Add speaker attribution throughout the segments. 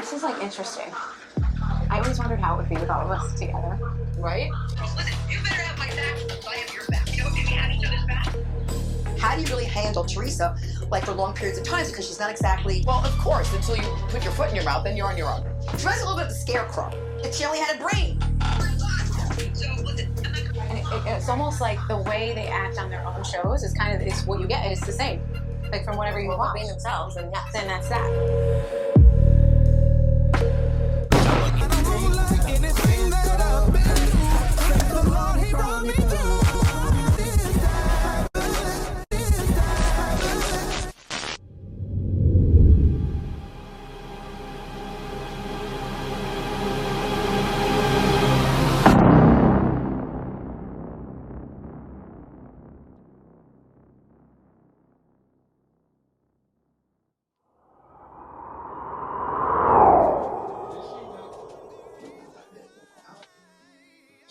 Speaker 1: This is like interesting. I always wondered how it would be with all of us together.
Speaker 2: right?
Speaker 3: Listen, you better have my back if I have your back. You know, if you have each other's back.
Speaker 4: How do you really handle Teresa like for long periods of time because she's not exactly
Speaker 2: Well, of course, until you put your foot in your mouth, then you're on your own.
Speaker 4: Teresa's a little bit of a scarecrow. If she only had a brain.
Speaker 3: So, listen, I'm not
Speaker 1: And it, it, it's almost like the way they act on their own shows is kind of it's what you get. It's the same, like from whatever you watch. Being themselves, and yeah, then that's that.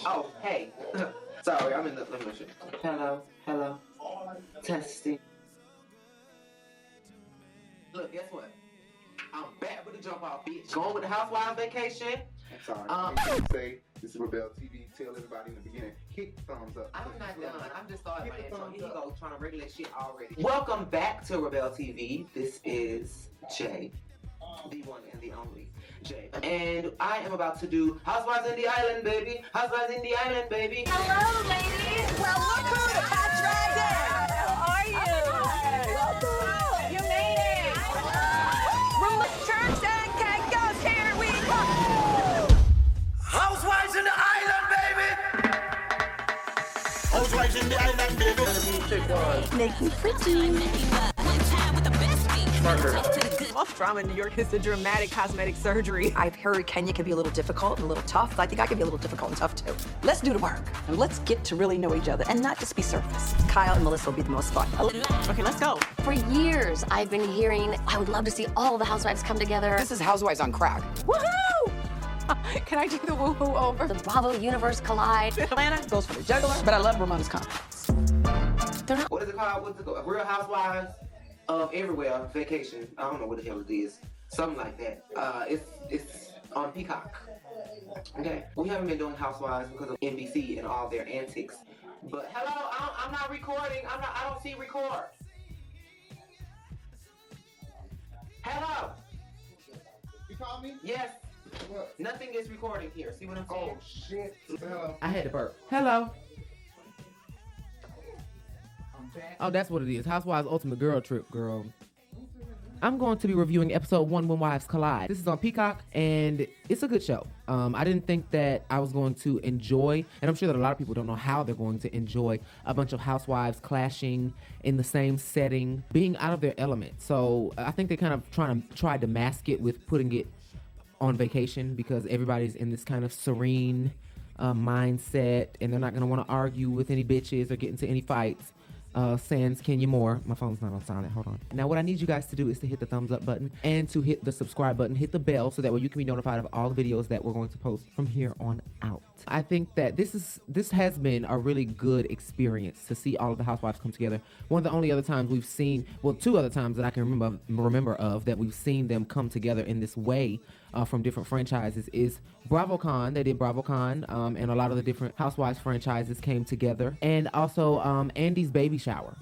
Speaker 5: Oh, hey. Sorry, I'm in the living room. Hello, hello. Testing. Look, guess what? I'm back with the jump off, bitch. Going with the housewives vacation.
Speaker 6: I'm sorry.
Speaker 5: Um,
Speaker 6: say this is Rebel TV. Tell everybody in the beginning. Hit thumbs up.
Speaker 5: I'm not done. I'm just starting my
Speaker 6: Hit the
Speaker 5: intro.
Speaker 6: thumbs
Speaker 5: Here you
Speaker 6: up.
Speaker 5: go, trying to regulate shit already. Welcome back to Rebel TV. This is Jay, the one and the only Jay, and I am about to do Housewives in the Island, baby. Housewives in the Island, baby.
Speaker 7: Housewives in the island, baby! Housewives in the island, baby!
Speaker 8: Off trauma in New York is a dramatic cosmetic surgery.
Speaker 4: I've heard Kenya can be a little difficult and a little tough. I think I can be a little difficult and tough too. Let's do the work and let's get to really know each other and not just be surface. Kyle and Melissa will be the most fun.
Speaker 8: Okay, let's go.
Speaker 9: Oh, For years, I've been hearing, I would love to see all the housewives come together.
Speaker 2: This is Housewives on crack.
Speaker 8: Woohoo! Can I do the woohoo over?
Speaker 9: The Bravo universe collide.
Speaker 8: Atlanta goes for the juggler, but I love Ramona's comment.
Speaker 5: what is it called? What's it called? Real Housewives of Everywhere Vacation. I don't know what the hell it is. Something like that. Uh, it's it's on Peacock. Okay, we haven't been doing Housewives because of NBC and all their antics. But hello, I don't, I'm not recording. I'm not. I don't see record. Hello.
Speaker 6: You call me?
Speaker 5: Yes.
Speaker 6: What?
Speaker 5: Nothing is recording here. See what I'm saying?
Speaker 6: Oh shit. Hello.
Speaker 10: I had to burp. Hello.
Speaker 6: I'm back.
Speaker 10: Oh, that's what it is. Housewives Ultimate Girl Trip, girl. I'm going to be reviewing episode one when wives collide. This is on Peacock, and it's a good show. Um, I didn't think that I was going to enjoy, and I'm sure that a lot of people don't know how they're going to enjoy a bunch of housewives clashing in the same setting, being out of their element. So I think they kind of trying to tried to mask it with putting it on vacation because everybody's in this kind of serene uh, mindset, and they're not going to want to argue with any bitches or get into any fights uh, sans Kenya Moore. My phone's not on silent. Hold on. Now, what I need you guys to do is to hit the thumbs up button and to hit the subscribe button. Hit the bell so that way you can be notified of all the videos that we're going to post from here on out. I think that this is this has been a really good experience to see all of the housewives come together. One of the only other times we've seen, well, two other times that I can remember remember of that we've seen them come together in this way uh, from different franchises is BravoCon. They did BravoCon, um, and a lot of the different Housewives franchises came together, and also um, Andy's baby shower.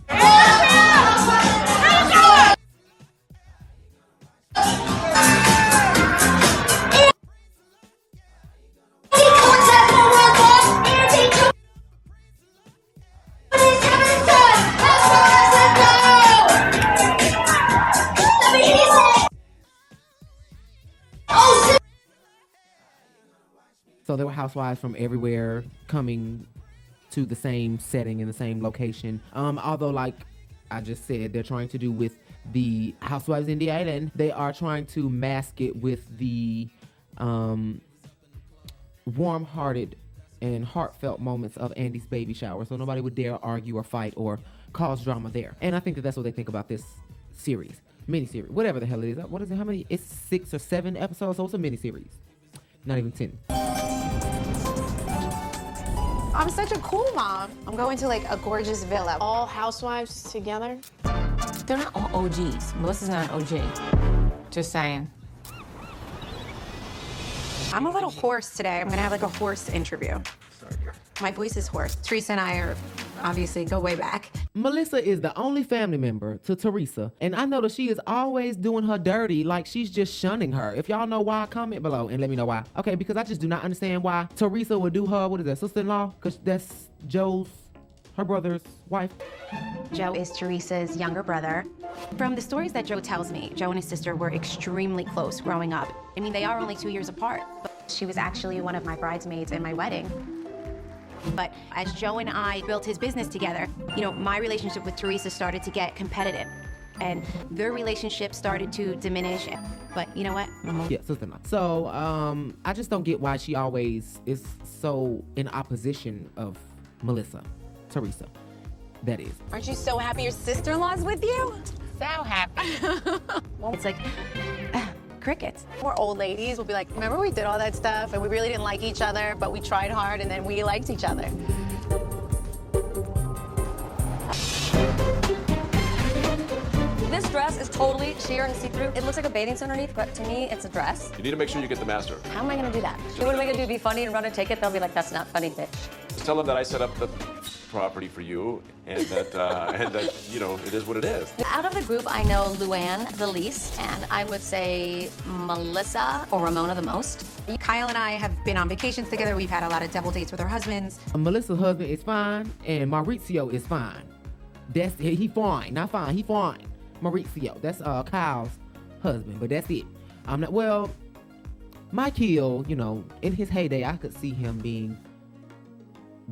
Speaker 10: So there were housewives from everywhere coming to the same setting in the same location. Um, although, like I just said, they're trying to do with the Housewives in the Island, they are trying to mask it with the um, warm hearted and heartfelt moments of Andy's baby shower. So nobody would dare argue or fight or cause drama there. And I think that that's what they think about this series, miniseries, whatever the hell it is. What is it? How many? It's six or seven episodes. So it's a miniseries, not even 10.
Speaker 1: I'm such a cool mom. I'm going to like a gorgeous villa. All housewives together.
Speaker 11: They're not all OGs. Melissa's not an OG. Just saying.
Speaker 1: I'm a little hoarse today. I'm gonna have like a horse interview. My voice is hoarse. Teresa and I are obviously go way back.
Speaker 10: Melissa is the only family member to Teresa, and I know that she is always doing her dirty, like she's just shunning her. If y'all know why, comment below and let me know why. Okay, because I just do not understand why Teresa would do her, what is that, sister in law? Because that's Joe's, her brother's wife.
Speaker 1: Joe is Teresa's younger brother. From the stories that Joe tells me, Joe and his sister were extremely close growing up. I mean, they are only two years apart, but she was actually one of my bridesmaids in my wedding. But as Joe and I built his business together, you know, my relationship with Teresa started to get competitive. And their relationship started to diminish. But you know what?
Speaker 10: Yeah, sister in law. So um, I just don't get why she always is so in opposition of Melissa, Teresa. That is.
Speaker 12: Aren't you so happy your sister-in-law's with you? So happy.
Speaker 1: it's like crickets.
Speaker 12: We're old ladies. We'll be like, remember we did all that stuff and we really didn't like each other, but we tried hard and then we liked each other.
Speaker 9: This dress is totally sheer and see-through. It looks like a bathing suit underneath, but to me, it's a dress.
Speaker 13: You need to make sure you get the master.
Speaker 9: How am I gonna do that? What am I gonna do? Be funny and run a ticket? They'll be like, "That's not funny, bitch."
Speaker 13: Just tell them that I set up the property for you, and that uh, and that you know it is what it is.
Speaker 9: Out of the group, I know Luann the least, and I would say Melissa or Ramona the most.
Speaker 1: Kyle and I have been on vacations together. We've had a lot of double dates with our husbands.
Speaker 10: Uh, Melissa's husband is fine, and Maurizio is fine. That's he he fine, not fine. He fine. Maurizio, that's uh Kyle's husband, but that's it. I'm not well. Mike Hill, you know, in his heyday, I could see him being.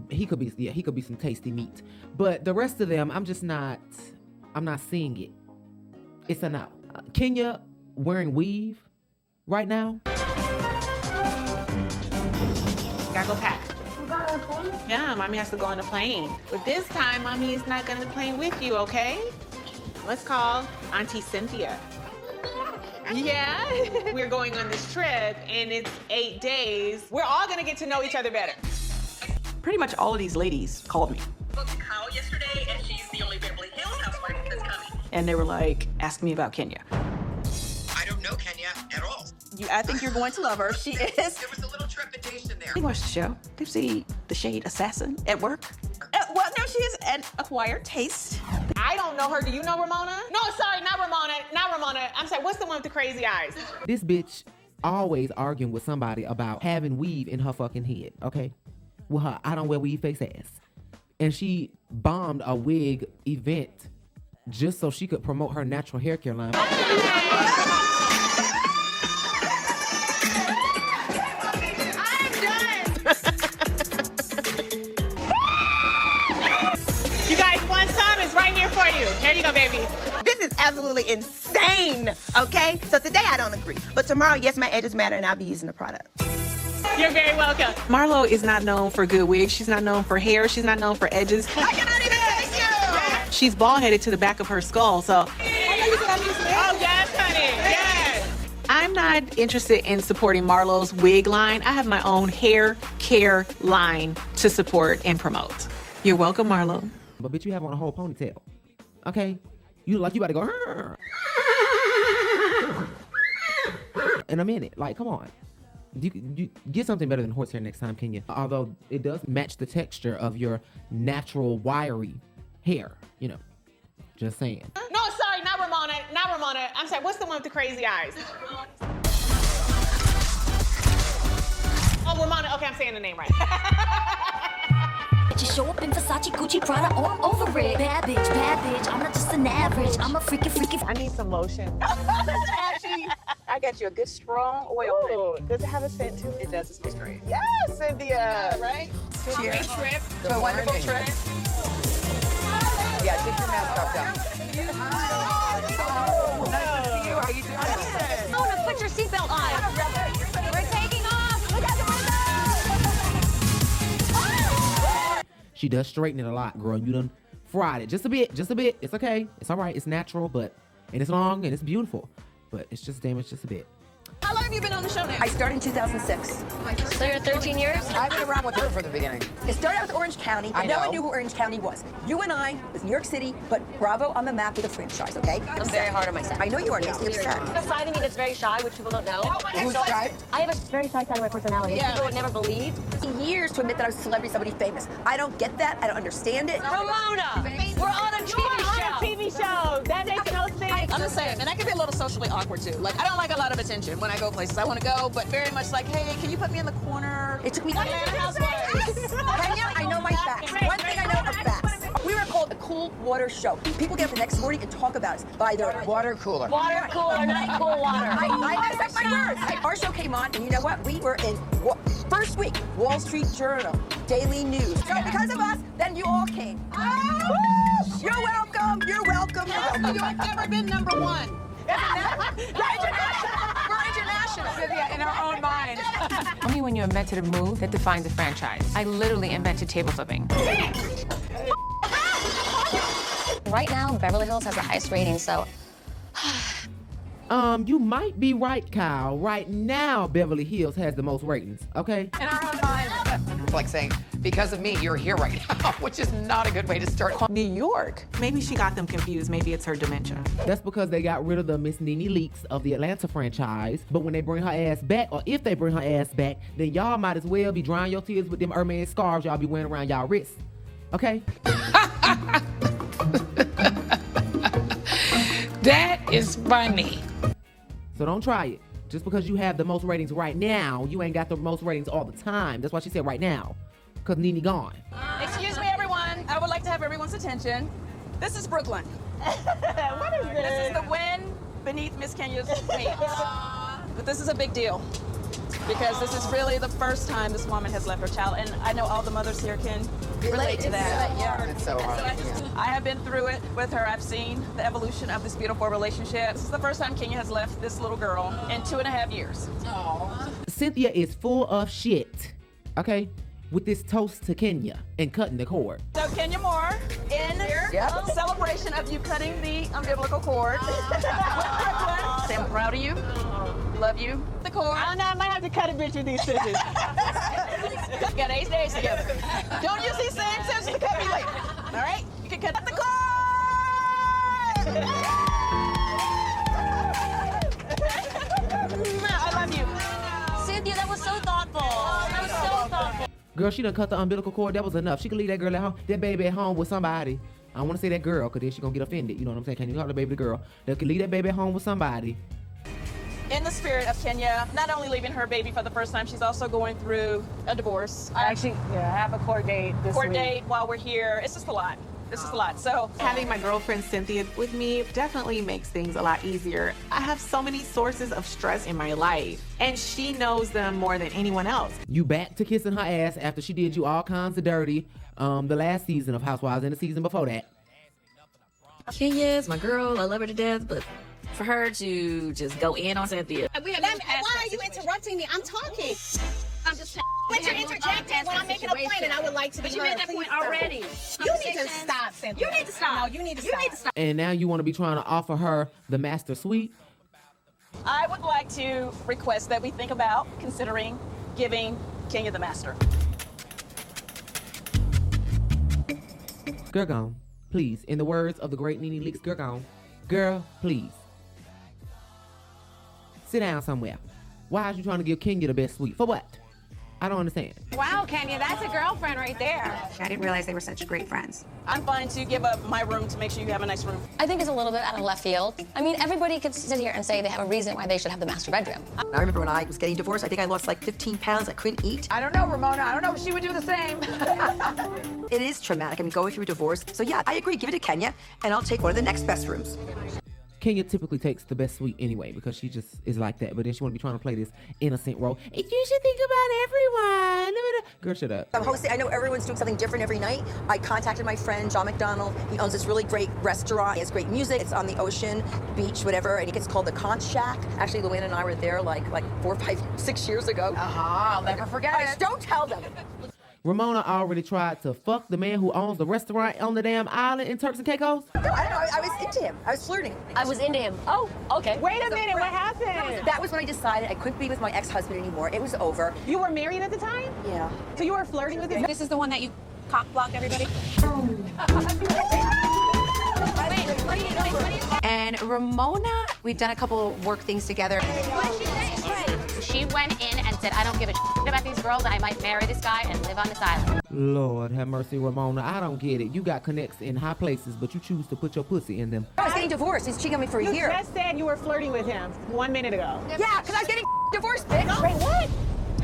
Speaker 10: He could be, yeah, he could be some tasty meat. But the rest of them, I'm just not. I'm not seeing it. It's a no. Kenya wearing weave right now.
Speaker 5: Gotta go pack. Yeah, mommy has to go on the plane. But this time, mommy is not going to plane with you, okay? Let's call Auntie Cynthia. Yeah, we're going on this trip, and it's eight days. We're all going to get to know each other better.
Speaker 14: Pretty much all of these ladies called me
Speaker 7: Booked Kyle yesterday, and she's the only Beverly Hills housewife that's coming.
Speaker 14: and they were like, ask me about Kenya.
Speaker 7: I don't know Kenya at all.
Speaker 14: You, I think you're going to love her. She is.
Speaker 7: There was a little trepidation there.
Speaker 14: You watched the show? They've seen The Shade Assassin at work. Uh, well, no, she has an acquired taste.
Speaker 5: I don't know her. Do you know Ramona? No, sorry, not Ramona. Not Ramona. I'm sorry. What's the one with the crazy eyes?
Speaker 10: This bitch always arguing with somebody about having weave in her fucking head, okay? With her I don't wear weave face ass. And she bombed a wig event just so she could promote her natural hair care line.
Speaker 5: You guys, one time is right here for you. Here you go, baby.
Speaker 15: This is absolutely insane, okay? So today I don't agree. But tomorrow, yes, my edges matter and I'll be using the product.
Speaker 5: You're very welcome.
Speaker 14: Marlo is not known for good wigs. She's not known for hair. She's not known for edges.
Speaker 7: I cannot even take you!
Speaker 14: She's bald headed to the back of her skull. So
Speaker 5: Oh, yes, honey. Yes.
Speaker 14: I'm not interested in supporting Marlo's wig line. I have my own hair care line to support and promote. You're welcome, Marlo.
Speaker 10: But bitch, you have on a whole ponytail. Okay? You look like you about to go "Rrr." in a minute. Like, come on. You, you get something better than horsehair next time, Kenya. Although it does match the texture of your natural wiry hair, you know. Just saying.
Speaker 5: No, sorry, not Ramona. Not Ramona. I'm sorry. What's the one with the crazy eyes? Oh, Ramona. Okay, I'm saying the name right.
Speaker 16: Just show up in Versace, Gucci, Prada, all over it. Bad bitch, bad bitch. I'm not just an average. I'm a freaking freaking. I need some lotion.
Speaker 5: I got you a good strong oil. Does it have a scent to it? It does. It's great. Yes, Cynthia. Right?
Speaker 7: Cheers.
Speaker 5: Trip.
Speaker 7: Good
Speaker 5: A wonderful
Speaker 7: morning.
Speaker 5: trip.
Speaker 17: Yeah, take your mask off down.
Speaker 16: Mona, put your seatbelt on. We're taking off. Look out the window.
Speaker 10: She does straighten it a lot, girl. You done fried it just a bit, just a bit. It's okay. It's all right. It's natural, but and it's long and it's beautiful, but it's just damaged just a bit.
Speaker 5: How long have you been on the show now?
Speaker 4: I started in 2006.
Speaker 9: So you're 13 years?
Speaker 4: I've been around with her from the beginning. It started out with Orange County.
Speaker 16: I
Speaker 4: No
Speaker 16: know.
Speaker 4: one knew who Orange County was. You and I was New York City, but Bravo on the map with a franchise, okay?
Speaker 9: I'm very hard on myself.
Speaker 4: I know you are, Nancy.
Speaker 9: Very
Speaker 4: Upset.
Speaker 9: hard. The side of me that's very shy, which people don't know.
Speaker 4: Who's
Speaker 9: So I-
Speaker 4: shy?
Speaker 9: I have a very shy side of my personality.
Speaker 4: Yeah.
Speaker 9: People would never believe.
Speaker 4: Years to admit that I was a celebrity, somebody famous. I don't get that. I don't understand it.
Speaker 5: Ramona, we're on a
Speaker 4: You're
Speaker 5: TV
Speaker 4: on a
Speaker 5: show.
Speaker 4: TV show.
Speaker 5: That makes no sense.
Speaker 14: I'm just saying, and I can be a little socially awkward too. Like, I don't like a lot of attention when I go places. I want to go, but very much like, hey, can you put me in the corner?
Speaker 4: It took me.
Speaker 14: Atlanta Housewives.
Speaker 4: Kenya, I know my facts. One thing I know are facts. We were called the Cool Water Show. People get up the next morning and talk about us by their water cooler.
Speaker 9: Water cooler, not cool water.
Speaker 4: I, I messed up my words. Our show came on, and you know what? We were in wa- first week Wall Street Journal, Daily News. So because of us, then you all came. Woo! You're welcome. You're welcome. You're welcome.
Speaker 14: New York never been number one.
Speaker 11: in our own mind. Only when you invented a move that defines a franchise. I literally invented table flipping.
Speaker 9: Right now, Beverly Hills has the highest rating, so
Speaker 10: Um, you might be right, Kyle. Right now, Beverly Hills has the most ratings. Okay.
Speaker 16: In our own mind. It's like saying, because of me, you're here right now, which is not a good way to start.
Speaker 18: New York. Maybe she got them confused. Maybe it's her dementia.
Speaker 10: That's because they got rid of the Miss Nene Leaks of the Atlanta franchise. But when they bring her ass back, or if they bring her ass back, then y'all might as well be drying your tears with them Hermes scarves y'all be wearing around y'all wrists. Okay?
Speaker 19: That is funny.
Speaker 10: So don't try it. Just because you have the most ratings right now, you ain't got the most ratings all the time. That's why she said right now. Because Nene gone.
Speaker 14: Excuse me, everyone. I would like to have everyone's attention. This is Brooklyn. what is this? This is the wind beneath Miss Kenya's wings. but this is a big deal because this is really the first time this woman has left her child, and I know all the mothers here can relate to that. Yeah.
Speaker 16: It's so hard.
Speaker 14: I, just- I have been through it with her. I've seen the evolution of this beautiful relationship. This is the first time Kenya has left this little girl in two and a half years.
Speaker 10: Cynthia is full of shit. Okay? With this toast to Kenya and cutting the cord.
Speaker 14: So Kenya Moore, in
Speaker 10: Yep.
Speaker 14: celebration of you cutting the umbilical cord. Say, I'm proud of you. Love you. The cord. I don't know. I might have to cut a bitch with these scissors. Got eight days together. Don't use these same scissors to cut me later. All right? You can cut the cord. I love you.
Speaker 9: Cynthia, that was so thoughtful. That was so thoughtful.
Speaker 10: Girl, she done cut the umbilical cord. That was enough. She could leave that girl at home, that baby at home with somebody. I don't want to say that girl, cause then she gonna get offended. You know what I'm saying? Can you call the baby the girl? They could leave that baby at home with somebody.
Speaker 14: in the spirit of Kenya, not only leaving her baby for the first time, she's also going through a divorce. I actually, yeah, I have a court date
Speaker 5: this
Speaker 14: court
Speaker 5: week.
Speaker 14: date while we're here. It's just a lot. It's just a lot. So
Speaker 18: Having my girlfriend Cynthia with me definitely makes things a lot easier. I have so many sources of stress in my life, and she knows them more than anyone else.
Speaker 10: You back to kissing her ass after she did you all kinds of dirty um the last season of Housewives and the season before that.
Speaker 15: Kenya is my girl. I love her to death, but for her to just go in on Cynthia.
Speaker 20: Let me- why are you interrupting me? I'm talking. I'm just. But you're interjecting when I'm making a point, and I would like to be
Speaker 1: But you made
Speaker 20: heard.
Speaker 1: that
Speaker 20: Please
Speaker 1: point
Speaker 20: stop.
Speaker 1: already.
Speaker 20: You need to
Speaker 1: Conversation.
Speaker 20: stop, Cynthia.
Speaker 1: You need to stop.
Speaker 20: No, you need to
Speaker 1: You
Speaker 20: stop.
Speaker 1: need
Speaker 20: to stop.
Speaker 10: And now you wanna be trying to offer her the master suite.
Speaker 14: I would like to request that we think about considering giving Kenya the master.
Speaker 10: Girl gone. Please. In the words of the great Nene Leaks, girl gone. Girl, please. Sit down somewhere. Why is you trying to give Kenya the best suite? For what? I don't understand.
Speaker 1: Wow, Kenya, that's a girlfriend right there.
Speaker 21: I didn't realize they were such great friends.
Speaker 14: I'm fine to give up my room to make sure you have a nice room.
Speaker 9: I think it's a little bit out of left field. I mean, everybody could sit here and say they have a reason why they should have the master bedroom.
Speaker 4: I remember when I was getting divorced, I think I lost like 15 pounds. I couldn't eat.
Speaker 1: I don't know, Ramona. I don't know if she would do the same.
Speaker 4: It is traumatic. I'm going through divorce. So yeah, I agree. Give it to Kenya, and I'll take one of the next best rooms.
Speaker 10: Kenya typically takes the best suite anyway because she just is like that. But then she want to be trying to play this innocent role. If you should think about everyone. Girl, shut up.
Speaker 4: I'm hosting. I know everyone's doing something different every night. I contacted my friend John McDonald. He owns this really great restaurant. He has great music. It's on the ocean, beach, whatever. And it's called the Conch Shack. Actually, Luann and I
Speaker 5: Uh-huh,
Speaker 4: were there like like four, five, six years ago. Uh huh. I'll never forget it. Don't tell them.
Speaker 10: Ramona already tried to fuck the man who owns the restaurant on the damn island in Turks and Caicos.
Speaker 4: No, I don't know. I was into him. I was flirting. I was into him. Oh, okay.
Speaker 5: Wait a minute, what happened?
Speaker 4: That was, that was when I decided I couldn't be with my ex-husband anymore. It was over.
Speaker 5: You were married at the time?
Speaker 4: Yeah.
Speaker 5: So you were flirting with him? This is the one that you cock blocked everybody?
Speaker 21: And Ramona, we've done a couple work things together.
Speaker 22: She went in and said, I don't give a shit about these girls. I might marry this guy and live on this island.
Speaker 10: Lord have mercy, Ramona. I don't get it. You got connects in high places, but you choose to put your pussy in them.
Speaker 4: I was getting divorced. He's cheating on me for a
Speaker 5: you
Speaker 4: year.
Speaker 5: just said you were flirting with him one minute ago.
Speaker 4: Yeah, because I was getting divorced, bitch.
Speaker 5: Wait, what?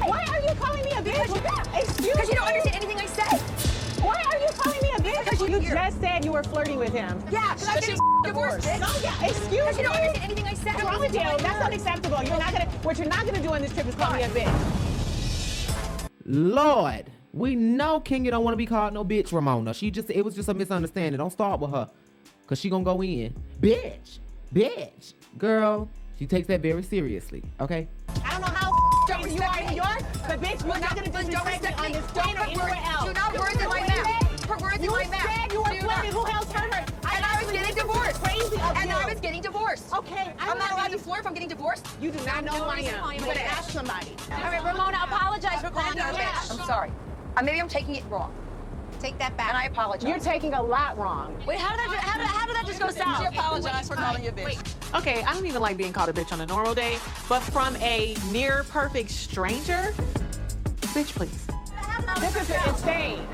Speaker 5: Why are you calling me a bitch?
Speaker 4: Because you don't understand anything I said.
Speaker 5: Why are you calling me a bitch? Because you just said you were flirting with him.
Speaker 4: Yeah, because I was
Speaker 5: But you
Speaker 4: getting divorced, bitch.
Speaker 5: No, yeah, excuse me.
Speaker 4: Because you don't understand anything I said.
Speaker 5: What's wrong with you? That's unacceptable. You're not gonna. What you're not gonna do on this trip is call me a bitch.
Speaker 10: Lord, we know Kenya don't want to be called no bitch, Ramona. She just it was just a misunderstanding. Don't start with her. Cause she gonna go in. Bitch. Bitch. Girl, she takes that very seriously. Okay?
Speaker 5: I don't know how strong you are in New York, but bitch, you're not gonna disrespect me on this plane or anywhere else.
Speaker 4: Do not
Speaker 5: You
Speaker 4: words in
Speaker 5: know
Speaker 4: my
Speaker 5: what you
Speaker 4: mouth.
Speaker 5: said?
Speaker 4: Put words in
Speaker 5: You
Speaker 4: my mouth.
Speaker 5: said you were
Speaker 4: Do
Speaker 5: flirting.
Speaker 4: not.
Speaker 5: Who else heard her?
Speaker 4: And I was getting divorced.
Speaker 5: Crazy of
Speaker 4: And
Speaker 5: you.
Speaker 4: I was getting divorced.
Speaker 5: Okay,
Speaker 4: I'm not allowed to flirt if I'm getting divorced.
Speaker 5: You do not know who I am. You better ask somebody.
Speaker 4: All right, Ramona, apologize for calling you a bitch. I'm sorry. Uh, maybe I'm taking it wrong. Take that back. And I apologize.
Speaker 5: You're taking a lot wrong.
Speaker 4: Wait, how did that? How did, how did that just go south?
Speaker 14: She apologized for calling you a bitch.
Speaker 5: Okay, I don't even like being called a bitch on a normal day, but from a near perfect stranger, bitch, please. This is insane.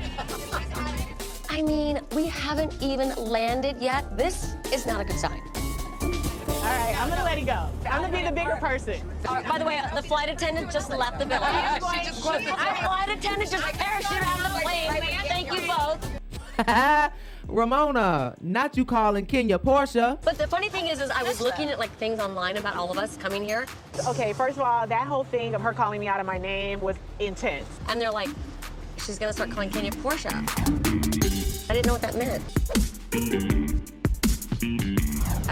Speaker 9: I mean, we haven't even landed yet. This is not a good sign.
Speaker 5: All right, I'm gonna let it go. I'm gonna be the bigger person.
Speaker 9: By the way, the flight attendant just left the building.
Speaker 5: She
Speaker 9: just quit. flight attendant just parachuted out of the plane. Thank you both.
Speaker 10: Ramona, not you calling Kenya Portia.
Speaker 9: But the funny thing is, is I was looking at like things online about all of us coming here,
Speaker 5: Okay, first of all, that whole thing of her calling me out of my name was intense.
Speaker 9: and they're like, she's gonna start calling Kenya Portia. I didn't know what that meant.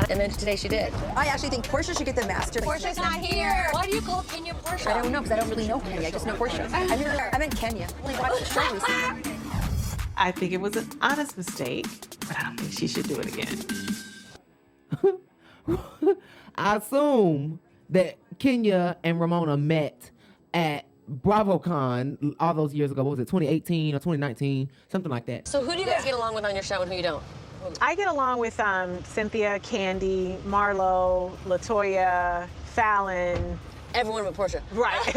Speaker 9: And then today she did.
Speaker 4: I actually think Portia should get the master.
Speaker 23: Portia's not here. Why do you call Kenya Portia?
Speaker 4: I don't know because I don't really know Kenya. I just know Portia. I'm, here, I'm in Kenya. I only watched the show recently.
Speaker 5: I think it was an honest mistake, but I don't think she should do it again.
Speaker 10: I assume that Kenya and Ramona met at BravoCon all those years ago. What was it, 2018 or 2019? Something like that.
Speaker 9: So who do you guys get along with on your show and who you don't?
Speaker 5: I get along with um, Cynthia, Candy, Marlo, Latoya, Fallon.
Speaker 9: Everyone but Portia.
Speaker 5: Right.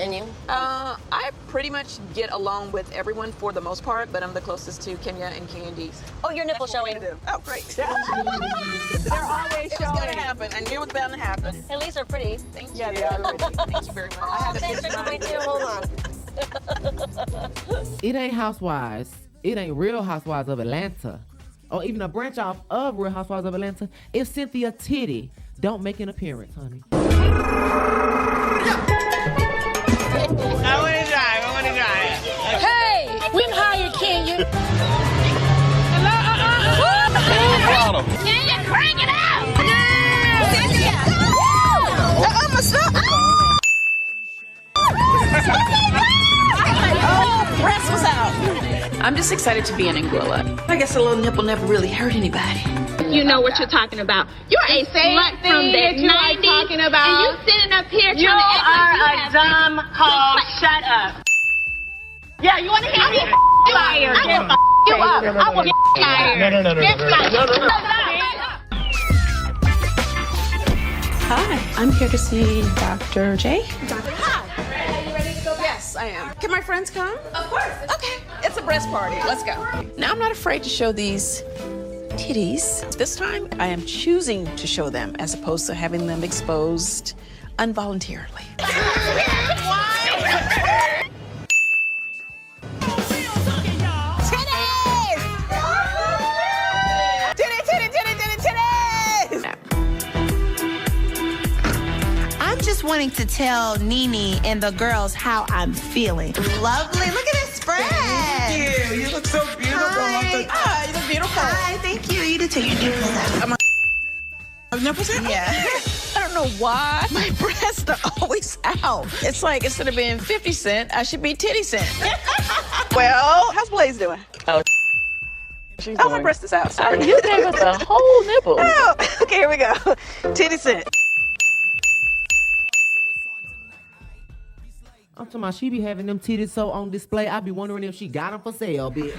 Speaker 9: and you?
Speaker 14: Uh, I pretty much get along with everyone for the most part, but I'm the closest to Kenya and Candy.
Speaker 9: Oh, your nipple showing.
Speaker 14: Oh, great. They're always It was going to happen. I knew it was bound to happen.
Speaker 9: At least they're pretty. Thank
Speaker 14: you. Yeah, they are. really. Thank you very much. I had a
Speaker 9: Thanks for
Speaker 14: picture
Speaker 9: coming too. Hold on.
Speaker 10: It ain't Housewives. It ain't Real Housewives of Atlanta. Or even a branch off of Real Housewives of Atlanta. If Cynthia Titty don't make an appearance, honey.
Speaker 19: I want to drive. I want to drive.
Speaker 24: Hey, we've hired Kenya.
Speaker 19: Hello, uh, uh, uh, uh.
Speaker 24: Kenya, crank it out!
Speaker 19: Oh, breath was out. I'm just excited to be in Anguilla. I guess a little nipple never really hurt anybody.
Speaker 24: You know what you're talking about. You're a
Speaker 19: same
Speaker 24: slut from
Speaker 19: thing
Speaker 24: the
Speaker 19: that you are
Speaker 24: 90s,
Speaker 19: talking about.
Speaker 24: and you sitting up here trying
Speaker 19: You
Speaker 24: to act like
Speaker 19: are
Speaker 24: you
Speaker 19: a
Speaker 24: have
Speaker 19: dumb
Speaker 24: been-
Speaker 19: hoe.
Speaker 24: Shut up. Yeah, you want to hear me? I will f- you
Speaker 19: Get
Speaker 24: up. I will f- you up. I will f- you up.
Speaker 19: No, no, no, no,
Speaker 24: That's
Speaker 19: no, no,
Speaker 24: my-
Speaker 19: no, no, no.
Speaker 8: Hi, I'm here to see Dr. J.
Speaker 14: Yes, I am. Can my friends come? Of course. Okay. It's a breast party. Let's go.
Speaker 8: Now, I'm not afraid to show these titties. This time, I am choosing to show them as opposed to having them exposed involuntarily.
Speaker 25: I'm just wanting to tell Nene and the girls how I'm feeling. Lovely. Look at this spread. Thank you. You look so beautiful. Hi.
Speaker 14: Ah,
Speaker 25: Oh, you look beautiful. Hi. Thank you. You did take your nipples out. Am I nipples out? Yeah. I don't know why my breasts are always out.
Speaker 8: No, it's like instead of being 50 cent, I should be titty cent.
Speaker 14: Well, how's Blaze doing?
Speaker 8: Oh,
Speaker 14: She's oh, my breast is out. Sorry.
Speaker 8: You gave us a whole nipple.
Speaker 14: Oh, okay, here we go. Titty scent.
Speaker 10: I'm talking about she be having them titties so on display. I be wondering if she got them for sale, bitch.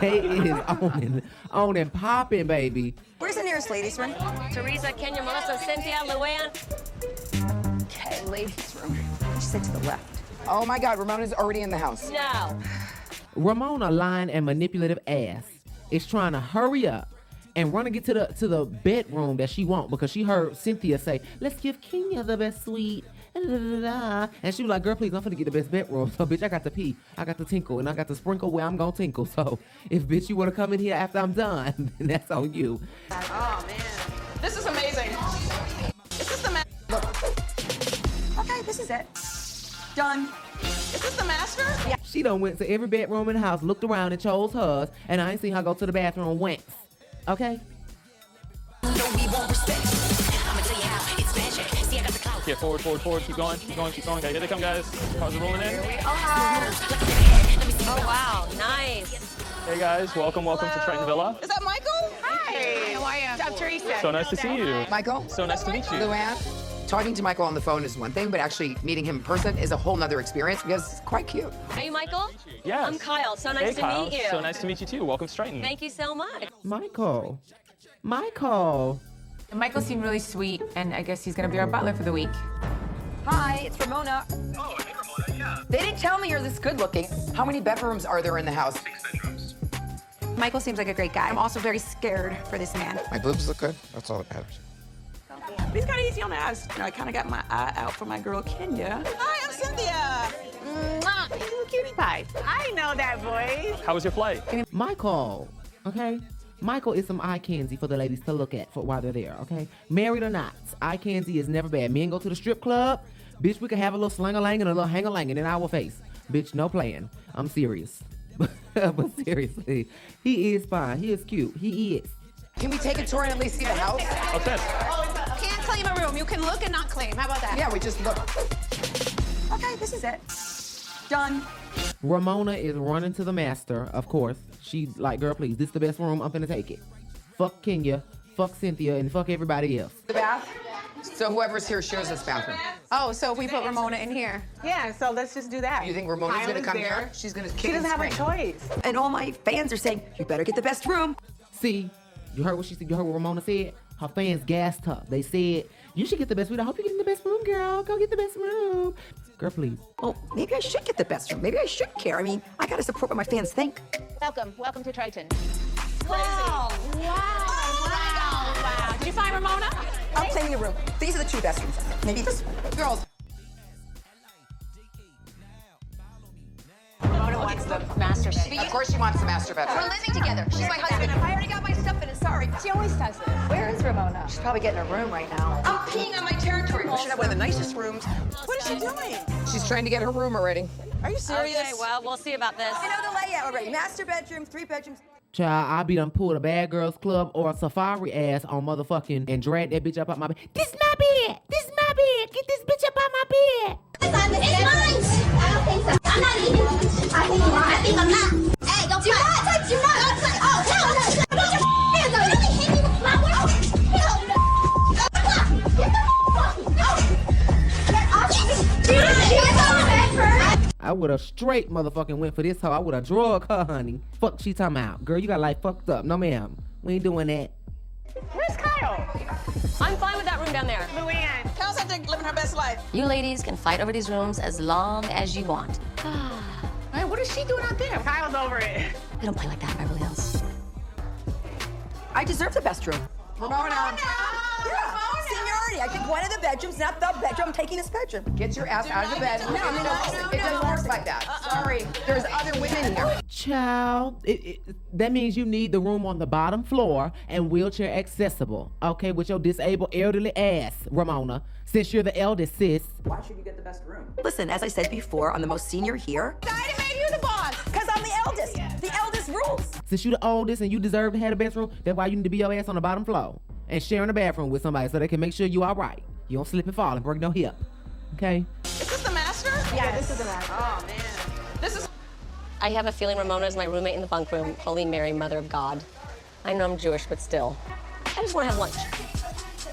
Speaker 10: they is on and, on and popping, baby.
Speaker 4: Where's the nearest ladies room?
Speaker 7: Teresa, Kenya, Melissa, Cynthia, Luann.
Speaker 4: Okay, ladies room. She said to the left. Oh my God, Ramona's already in the house.
Speaker 7: No.
Speaker 10: Ramona, lying and manipulative ass, is trying to hurry up and run and get to the to the bedroom that she want because she heard Cynthia say, "Let's give Kenya the best suite." And da, da, da, da. And she was like, "Girl, please, I'm finna get the best bedroom. So, bitch, I got to pee, I got to tinkle, and I got to sprinkle where I'm gonna tinkle. So, if bitch, you wanna come in here after I'm done, then that's on you."
Speaker 14: Oh man, this is amazing. Is this the ma-
Speaker 4: Okay, this is it.
Speaker 14: done? Is this the master?
Speaker 10: Yeah. She done went to every bedroom in the house, looked around, and chose hers. And I ain't seen her go to the bathroom once. Okay.
Speaker 26: Yeah, forward, forward, forward. Keep going, keep going, keep going. Here they come, guys. Cars are rolling in.
Speaker 7: Oh, wow. Nice.
Speaker 26: Hey, guys. Welcome, welcome to Triton Villa.
Speaker 14: Is that Michael? Hi. How are you? I'm Teresa.
Speaker 26: So nice to see you.
Speaker 16: Michael?
Speaker 26: So nice to meet you.
Speaker 16: Luann? Talking to Michael on the phone is one thing, but actually meeting him in person is a whole nother experience because it's quite cute.
Speaker 7: Are you Michael?
Speaker 26: Yes.
Speaker 7: I'm Kyle. So nice
Speaker 26: hey,
Speaker 7: to
Speaker 26: Kyle.
Speaker 7: meet you.
Speaker 26: So nice to meet you too. Welcome to Triton.
Speaker 7: Thank you so much.
Speaker 10: Michael. Michael.
Speaker 11: Michael seemed really sweet, and I guess he's gonna be our butler for the week.
Speaker 4: Hi, it's Ramona.
Speaker 3: Oh, hey, Ramona, yeah.
Speaker 4: They didn't tell me you're this good looking.
Speaker 16: How many bedrooms are there in the house?
Speaker 21: Michael seems like a great guy. I'm also very scared for this man.
Speaker 13: My boobs look good. That's all that matters.
Speaker 8: He's kind of easy on the eyes. You know, I kind of got my eye out for my girl Kenya.
Speaker 5: Mm. Oh,
Speaker 14: Hi, I'm Cynthia.
Speaker 8: Mwah. You cutie pie. I know that voice.
Speaker 26: How was your flight?
Speaker 10: Michael. Okay. Michael is some eye candy for the ladies to look at for while they're there, okay? Married or not, eye candy is never bad. Men go to the strip club, bitch, we can have a little slang a lang and a little hang a lang in our face. Bitch, no playing. I'm serious. but seriously, he is fine. He is cute. He is.
Speaker 16: Can we take a tour and at least see the house?
Speaker 26: Okay.
Speaker 1: Can't claim a room. You can look and not claim. How about that?
Speaker 16: Yeah, we just look.
Speaker 4: Okay, this is it. Done.
Speaker 10: Ramona is running to the master, of course. She's like, girl, please, this is the best room. I'm finna take it. Fuck Kenya, fuck Cynthia, and fuck everybody else.
Speaker 16: The bath. So whoever's here shares this bathroom.
Speaker 1: Oh, so if we put Ramona in here.
Speaker 5: Yeah, so let's just do that.
Speaker 16: You think Ramona's
Speaker 5: Kyle
Speaker 16: gonna
Speaker 5: is
Speaker 16: come
Speaker 5: there.
Speaker 16: here? She's gonna
Speaker 5: She
Speaker 16: kick
Speaker 5: doesn't
Speaker 16: and
Speaker 5: have a
Speaker 16: scream.
Speaker 5: choice.
Speaker 4: And all my fans are saying, you better get the best room.
Speaker 10: See, you heard what she said. You heard what Ramona said. Her fans gassed her. They said, "You should get the best room. I hope you get in the best room, girl. Go get the best room, girl, please."
Speaker 4: Well, maybe I should get the best room. Maybe I should care. I mean, I gotta support what my fans think.
Speaker 22: Welcome, welcome to Triton.
Speaker 7: Wow. Wow.
Speaker 22: Wow. Wow. Did you find Ramona?
Speaker 4: I'm claiming the room. These are the two best rooms. Maybe this one. Girls.
Speaker 7: Ramona wants the master bedroom.
Speaker 16: Of course, she wants the master
Speaker 7: We're
Speaker 16: bedroom.
Speaker 7: living together. She's my husband. I already got my stuff in it. Sorry. She always does this.
Speaker 4: Where is Ramona? She's probably getting a room right now.
Speaker 7: I'm peeing on my territory.
Speaker 4: We should have one of the nicest rooms.
Speaker 14: What is she doing?
Speaker 16: She's trying to get her room already.
Speaker 14: Are you serious?
Speaker 7: Okay, well, we'll see about this.
Speaker 4: I know the layout already. Master bedroom, three bedrooms.
Speaker 10: Child, I be done pulled a bad girls club or a safari ass on motherfucking and drag that bitch up out my bed. This my bed. This my bed. Get this bitch up out my bed.
Speaker 3: It's mine. I don't think so. I'm not eating. I think you are. I think I'm not. Hey, don't you not touch. You not don't touch. Oh, no, no. Put your hands on. You really hit me with my work.
Speaker 10: I would have straight motherfucking went for this hoe. I would have drug her, honey. Fuck she talking about. Girl, you got like fucked up. No ma'am. We ain't doing that.
Speaker 5: Where's Kyle?
Speaker 7: I'm fine with that room down there.
Speaker 5: Luann.
Speaker 14: Kyle's out there living her best life.
Speaker 9: You ladies can fight over these rooms as long as you want.
Speaker 10: Ah.
Speaker 5: Hey, what is she doing out there? Kyle's over it.
Speaker 9: We don't play like that in Beverly Hills.
Speaker 4: I deserve the best room.
Speaker 16: Ramona,
Speaker 4: Yeah, seniority. I think one of the bedrooms, not the bedroom. I'm taking this bedroom.
Speaker 16: get your ass out of the bed. No, I mean, no, it doesn't work like that.
Speaker 4: Uh-uh.
Speaker 16: Sorry, there's other women here.
Speaker 10: Child, it, it, that means you need the room on the bottom floor and wheelchair accessible. Okay, with your disabled elderly ass, Ramona. Since you're the eldest, sis.
Speaker 4: Why should you get the best room? Listen, as I said before, I'm the most senior here.
Speaker 14: I made you the boss.
Speaker 4: Because I'm the eldest. The eldest rules.
Speaker 10: Since you the oldest and you deserve to have the best room, that's why you need to be your ass on the bottom floor and sharing the bathroom with somebody so they can make sure you all right. You don't slip and fall and break no hip. Okay.
Speaker 14: Is this the master? Yeah, this is the master. Oh man, this is.
Speaker 9: I have a feeling Ramona is my roommate in the bunk room. Holy Mary, Mother of God. I know I'm Jewish, but still. I just want to have lunch.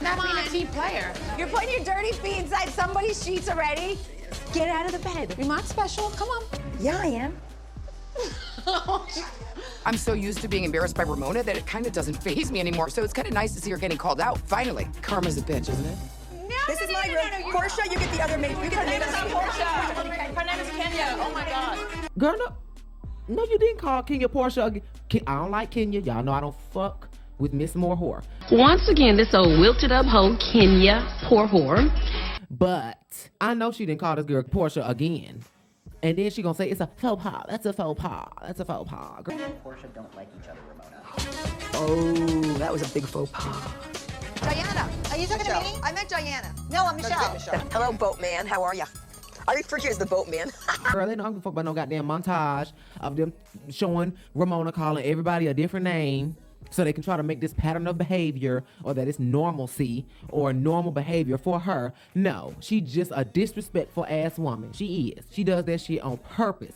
Speaker 4: Not being a team player. You're putting your dirty feet inside somebody's sheets already. Get out of the bed. You're not special. Come on. Yeah, I am.
Speaker 16: I'm so used to being embarrassed by Ramona that it kind of doesn't phase me anymore. So it's kind of nice to see her getting called out. Finally, karma's a bitch, isn't it?
Speaker 4: this is my room. Portia, you get the other maid. You get the maid.
Speaker 14: This is Portia. Her name is Kenya. Oh my God.
Speaker 10: Girl, no, no, you didn't call Kenya Portia. again. Ke- I don't like Kenya. Y'all know I don't fuck with Miss More Whore.
Speaker 7: Once again, this old wilted up hoe, Kenya, poor whore.
Speaker 10: But I know she didn't call this girl Portia again. And then she gonna say it's a faux pas. That's a faux pas. That's a faux pas. Girl.
Speaker 27: Portia don't like each other, Ramona.
Speaker 10: Oh, that was a big faux pas.
Speaker 4: Diana, are you talking to me? I met Diana. No, I'm Michelle. Hello, boatman. How are ya? I refer to you as the boatman.
Speaker 10: Girl, they don't give a fuck about no goddamn montage of them showing Ramona calling everybody a different name so they can try to make this pattern of behavior or that it's normalcy or normal behavior for her. No, she just a disrespectful ass woman. She is. She does that shit on purpose,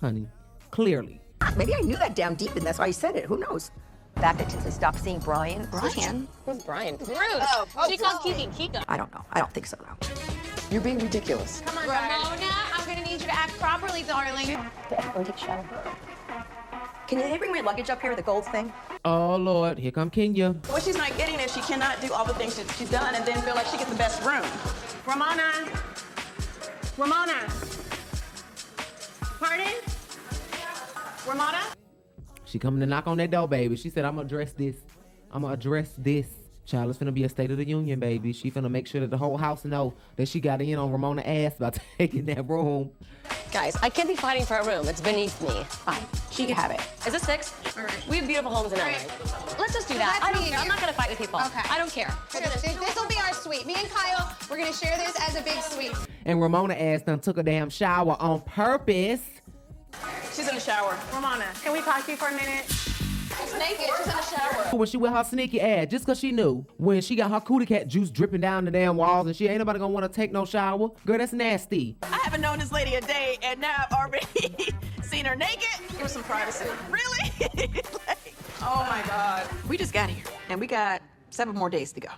Speaker 10: honey. Clearly.
Speaker 4: Maybe I knew that down deep, and that's why I said it. Who knows? Back that Tinsley stopped seeing Brian.
Speaker 9: Brian?
Speaker 4: Who's Brian?
Speaker 9: Rude.
Speaker 7: Oh,
Speaker 9: she calls Kiki Kika.
Speaker 4: I don't know. I don't think so, though.
Speaker 16: You're being ridiculous.
Speaker 1: Come on, Ramona, I'm gonna need you to act properly, darling.
Speaker 4: Can they bring my luggage up here, the gold thing?
Speaker 10: Oh Lord, here come Kenya.
Speaker 14: What she's not getting is she cannot do all the things that she's done and then feel like she gets the best room. Ramona. Ramona.
Speaker 5: Mm.
Speaker 14: Pardon? Ramona?
Speaker 10: She coming to knock on that door, baby. She said, I'm gonna address this. I'm gonna address this. Child, it's finna be a State of the Union, baby. She finna make sure that the whole house know that she got in on Ramona ass about taking that room.
Speaker 9: Guys, I can't be fighting for a room. It's beneath me. Fine. She can have it. Is this fixed? All right. We have beautiful homes in LA. Let's just do that. I don't care. I'm not gonna fight with people.
Speaker 1: Okay.
Speaker 9: I don't care.
Speaker 1: This will be our suite. Me and Kyle, we're gonna share this as a big suite.
Speaker 10: And Ramona ass done took a damn shower on purpose.
Speaker 14: She's in the shower. Ramona, can we talk to you for a minute?
Speaker 1: She's naked. She's in the shower.
Speaker 10: When she with her sneaky ass, just cause she knew when she got her cootie cat juice dripping down the damn walls and she ain't nobody gonna wanna take no shower. Girl, that's nasty.
Speaker 14: I haven't known this lady a day, and now I've already seen her naked. Give her some privacy. Really? Like, oh my God. We just got here, and we got seven more days to go.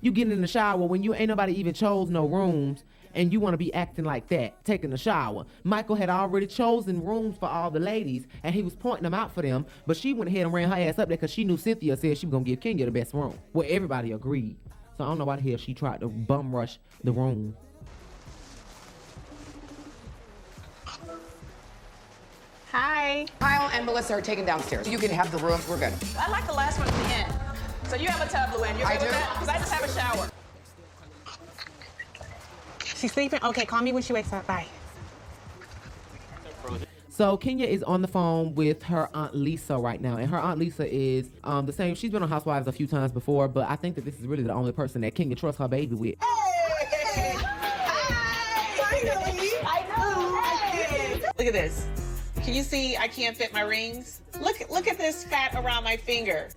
Speaker 10: You getting in the shower when you ain't nobody even chose no rooms and you want to be acting like that, taking a shower. Michael had already chosen rooms for all the ladies and he was pointing them out for them, but she went ahead and ran her ass up there because she knew Cynthia said she was going to give Kenya the best room. Well, everybody agreed. So I don't know why the hell she tried to bum rush the room.
Speaker 14: Hi.
Speaker 16: Kyle and Melissa are taken downstairs. You can have the room. We're good.
Speaker 14: I like the last one at the end. So you have a tub, Luann. You're
Speaker 16: I
Speaker 14: good with
Speaker 16: do.
Speaker 14: that? Because I just have a shower.
Speaker 15: She's sleeping? Okay, call me when she wakes up. Bye.
Speaker 10: So Kenya is on the phone with her aunt Lisa right now, and her aunt Lisa is um, the same. She's been on Housewives a few times before, but I think that this is really the only person that Kenya trusts her baby with.
Speaker 14: Look at this. Can you see I can't fit my rings? Look look at this fat around my finger.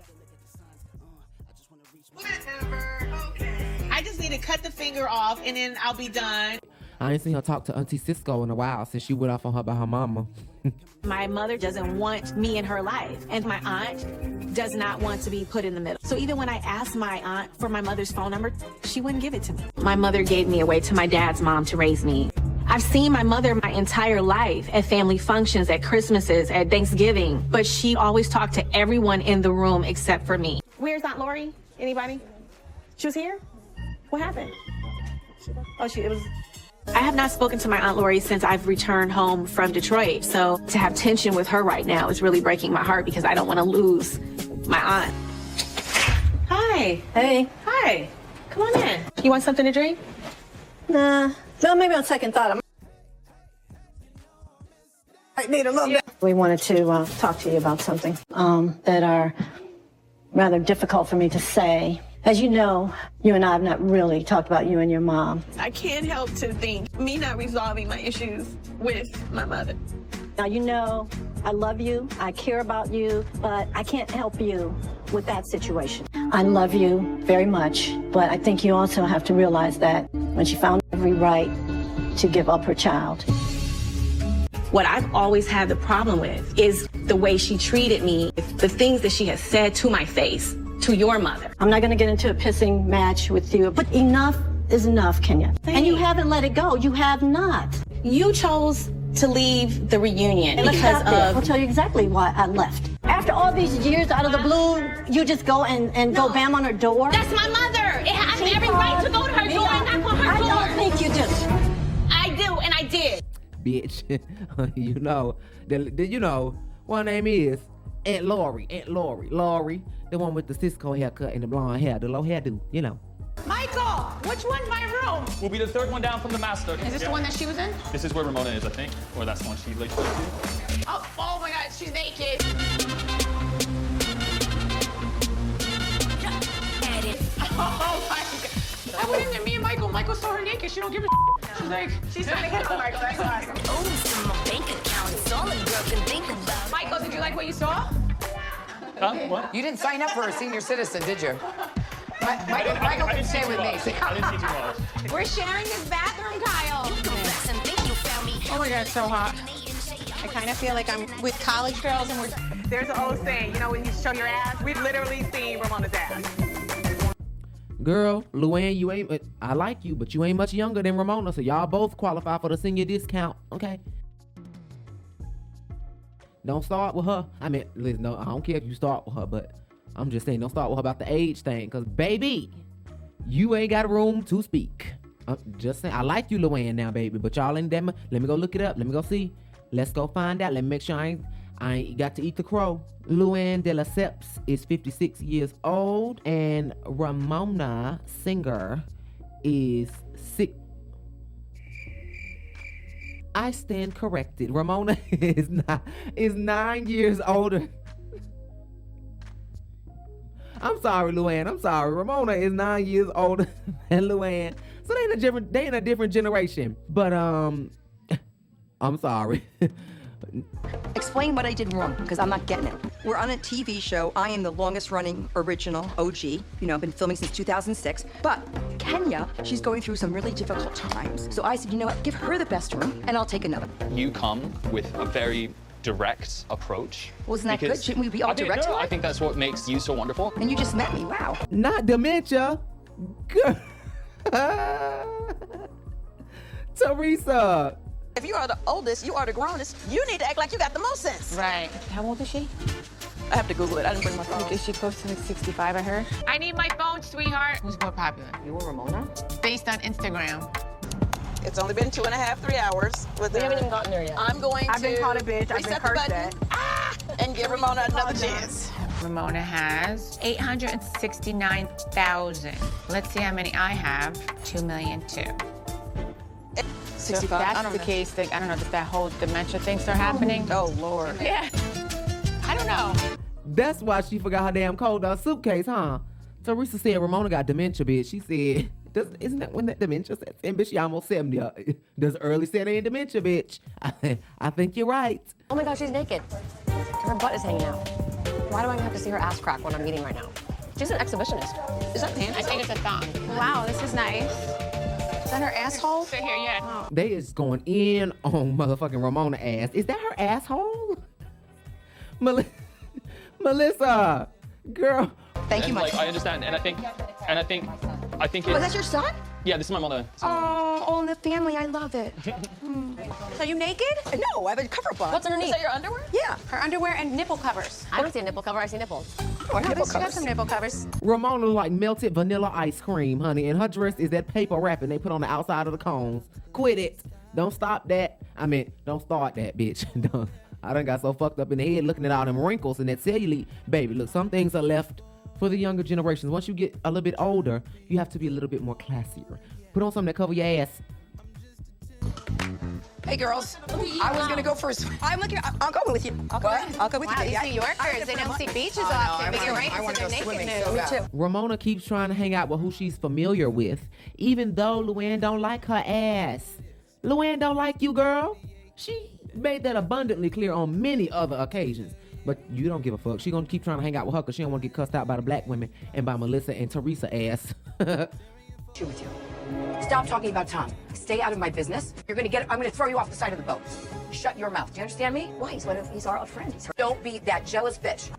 Speaker 14: I just need to cut the finger off and then I'll be done.
Speaker 10: I ain't seen her talk to Auntie Cisco in a while since she went off on her by her mama.
Speaker 15: My mother doesn't want me in her life, and my aunt does not want to be put in the middle. So even when I asked my aunt for my mother's phone number, she wouldn't give it to me. My mother gave me away to my dad's mom to raise me. I've seen my mother my entire life at family functions, at Christmases, at Thanksgiving, but she always talked to everyone in the room except for me. Where's Aunt Lori? Anybody? She was here? What happened? Oh, she it was I have not spoken to my Aunt Lori since I've returned home from Detroit. So to have tension with her right now is really breaking my heart because I don't want to lose my aunt. Hi. Hey. Hi. Come on in. You want something to drink?
Speaker 4: Nah. No, maybe on second thought. I'm... I need a little bit.
Speaker 28: We wanted to uh, talk to you about something um, that are rather difficult for me to say. As you know, you and I have not really talked about you and your mom.
Speaker 14: I can't help to think me not resolving my issues with my mother.
Speaker 28: Now, you know, I love you, I care about you, but I can't help you with that situation. I love you very much, but I think you also have to realize that when she found every right to give up her child,
Speaker 20: What I've always had the problem with is the way she treated me, the things that she has said to my face, to your mother.
Speaker 28: I'm not going to get into a pissing match with you, but enough is enough, Kenya. And you haven't let it go. You have not.
Speaker 20: You chose to leave the reunion
Speaker 28: And let's
Speaker 20: because
Speaker 28: stop there.
Speaker 20: of
Speaker 28: I'll tell you exactly why I left. After all these years out of the blue, you just go and, and go bam on her door?
Speaker 24: That's my mother. It has
Speaker 28: She
Speaker 24: every right to go to her
Speaker 28: called
Speaker 24: door and
Speaker 28: me
Speaker 24: knock on
Speaker 28: up.
Speaker 24: her
Speaker 28: I
Speaker 24: door.
Speaker 28: don't think you do.
Speaker 24: I do, and I did.
Speaker 10: bitch. you know, the, the- you know, one name is Aunt Laurie. Aunt Laurie, Laurie, the one with the Cisco haircut and the blonde hair, the low hairdo. You know,
Speaker 7: Michael, which one's my room?
Speaker 26: We'll be the third one down from the master.
Speaker 7: Is this the one that she was in?
Speaker 26: This is where Ramona is, I think. Or that's the one she like.
Speaker 7: Oh, oh my God, she's naked. Oh my God. I went in there, me and Michael. Michael saw her naked. She don't give a shit. She's like, she's so naked. Oh my God, that's awesome. my bank account. It's all a girl can think about. Michael, did you like what you saw?
Speaker 16: You didn't sign up for a senior citizen, did you? Mi-
Speaker 7: I
Speaker 16: Michael,
Speaker 7: didn't-
Speaker 16: Michael
Speaker 7: I
Speaker 16: can
Speaker 7: didn't
Speaker 16: stay
Speaker 7: see
Speaker 16: with
Speaker 7: too
Speaker 16: me.
Speaker 7: much. I didn't see too much.
Speaker 1: We're sharing this bathroom, Kyle.
Speaker 7: Oh my God, it's so hot.
Speaker 1: I kind of feel like I'm with college girls and we're.
Speaker 7: There's an old saying, you know, when you show your ass, we've literally seen Ramona's ass.
Speaker 10: girl, Luann, you ain't. uh, I like you, but you ain't much younger than Ramona, so y'all both qualify for the senior discount. Okay. Don't start with her. I mean, listen, no, I don't care if you start with her, but I'm just saying, don't start with her about the age thing, cause baby, you ain't got room to speak. I'm just saying, I like you, Luann, now, baby, but y'all ain't that. mu- Let me go look it up. Let me go see. Let's go find out. Let me make sure I ain't, I ain't got to eat the crow. Luann de Lesseps is 56 years old, and Ramona Singer is six. I stand corrected. Ramona is not is nine years older. I'm sorry, Luann. I'm sorry. Ramona is nine years older than Luann. So they in a different they in a different generation. But um I'm sorry.
Speaker 4: Explain what I did wrong, because I'm not getting it. We're on a TV show. I am the longest running original OG. You know, I've been filming since 2006. But Kenya, she's going through some really difficult times. So I said, you know what? Give her the best room, and I'll take another.
Speaker 26: You come with a very direct approach.
Speaker 4: Wasn't that
Speaker 26: Because-
Speaker 4: good? Shouldn't we be all
Speaker 26: I think-
Speaker 4: direct
Speaker 26: no,
Speaker 4: to
Speaker 26: I
Speaker 4: it?
Speaker 26: think that's what makes you so wonderful.
Speaker 4: And you just met me. Wow.
Speaker 10: Not dementia. Girl. Teresa.
Speaker 5: If you are the oldest, you are the grownest. You need to act like you got the most sense. Right. How old is she? I have to Google it. I didn't bring my phone. Is she close to like 65? I heard.
Speaker 7: I need my phone, sweetheart. Who's more popular? You or Ramona? Based on Instagram.
Speaker 5: It's only been two and a half, three hours. With we haven't even gotten there yet. I'm going
Speaker 7: I've
Speaker 5: to.
Speaker 7: been called a bitch. I've been
Speaker 5: reset the
Speaker 7: cursed
Speaker 5: button, ah, and give Ramona another chance.
Speaker 14: Ramona has 869,000. Let's see how many I have. 2 million, two.
Speaker 5: So
Speaker 14: if
Speaker 5: 65, I
Speaker 14: that's
Speaker 5: don't
Speaker 14: the
Speaker 5: know.
Speaker 14: case, then I don't know if that whole dementia things are happening.
Speaker 5: Oh, Lord.
Speaker 14: Yeah. I don't know.
Speaker 10: That's why she forgot her damn cold dog suitcase, huh? Teresa said Ramona got dementia, bitch. She said, Does, isn't that when that dementia sets in? Bitch, she almost 70. Uh, Does early set in dementia, bitch? I, I think you're right.
Speaker 9: Oh my gosh, she's naked. Her butt is hanging out. Why do I have to see her ass crack when I'm eating right now? She's an exhibitionist. Is that pants? I think it's a thong.
Speaker 1: Wow, this is nice. Is that her asshole?
Speaker 14: Sit here, yeah.
Speaker 10: They is going in on motherfucking Ramona ass. Is that her asshole? Mel- Melissa, girl.
Speaker 26: and, Like, I understand, and I think, and I think, I think.
Speaker 1: Oh,
Speaker 26: it-
Speaker 1: that's your son?
Speaker 26: Yeah, this is my mother.
Speaker 1: Oh, all in the family. I love it. Are you naked?
Speaker 4: No, I have a cover bra.
Speaker 9: What's underneath?
Speaker 1: your underwear? Yeah. Her underwear and nipple covers.
Speaker 9: I don't see a nipple cover, I see nipples.
Speaker 1: Oh, no, but she got some nipple covers.
Speaker 10: Ramona like melted vanilla ice cream, honey, and her dress is that paper wrapping they put on the outside of the cones. Quit it. Don't stop that. I mean, don't start that, bitch. Don't- I done got so fucked up in the head looking at all them wrinkles and that cellulite. Baby, look, some things are left for the younger generations. Once you get a little bit older, you have to be a little bit more classier. Put on something that cover your ass.
Speaker 4: Hey, girls. I was going to go for a swim. I'm looking. I- I'll go with you. I'll go, with- I'll go with
Speaker 1: Wow,
Speaker 4: you.
Speaker 1: these New Yorkers, they don't see
Speaker 4: Oh,
Speaker 1: beaches often, but you're right, it's in their nakedness. Me too.
Speaker 10: Ramona keeps trying to hang out with who she's familiar with, even though Luann don't like her ass. Luann don't like you, girl. She made that abundantly clear on many other occasions. But you don't give a fuck. She gonna keep trying to hang out with her because she don't want to get cussed out by the black women and by Melissa and Teresa ass.
Speaker 16: True with you. Stop talking about Tom. Stay out of my business. You're gonna get. I'm gonna throw you off the side of the boat. Shut your mouth. Do you understand me? Why? He's one of. He's our old friend. He's Don't be that jealous bitch.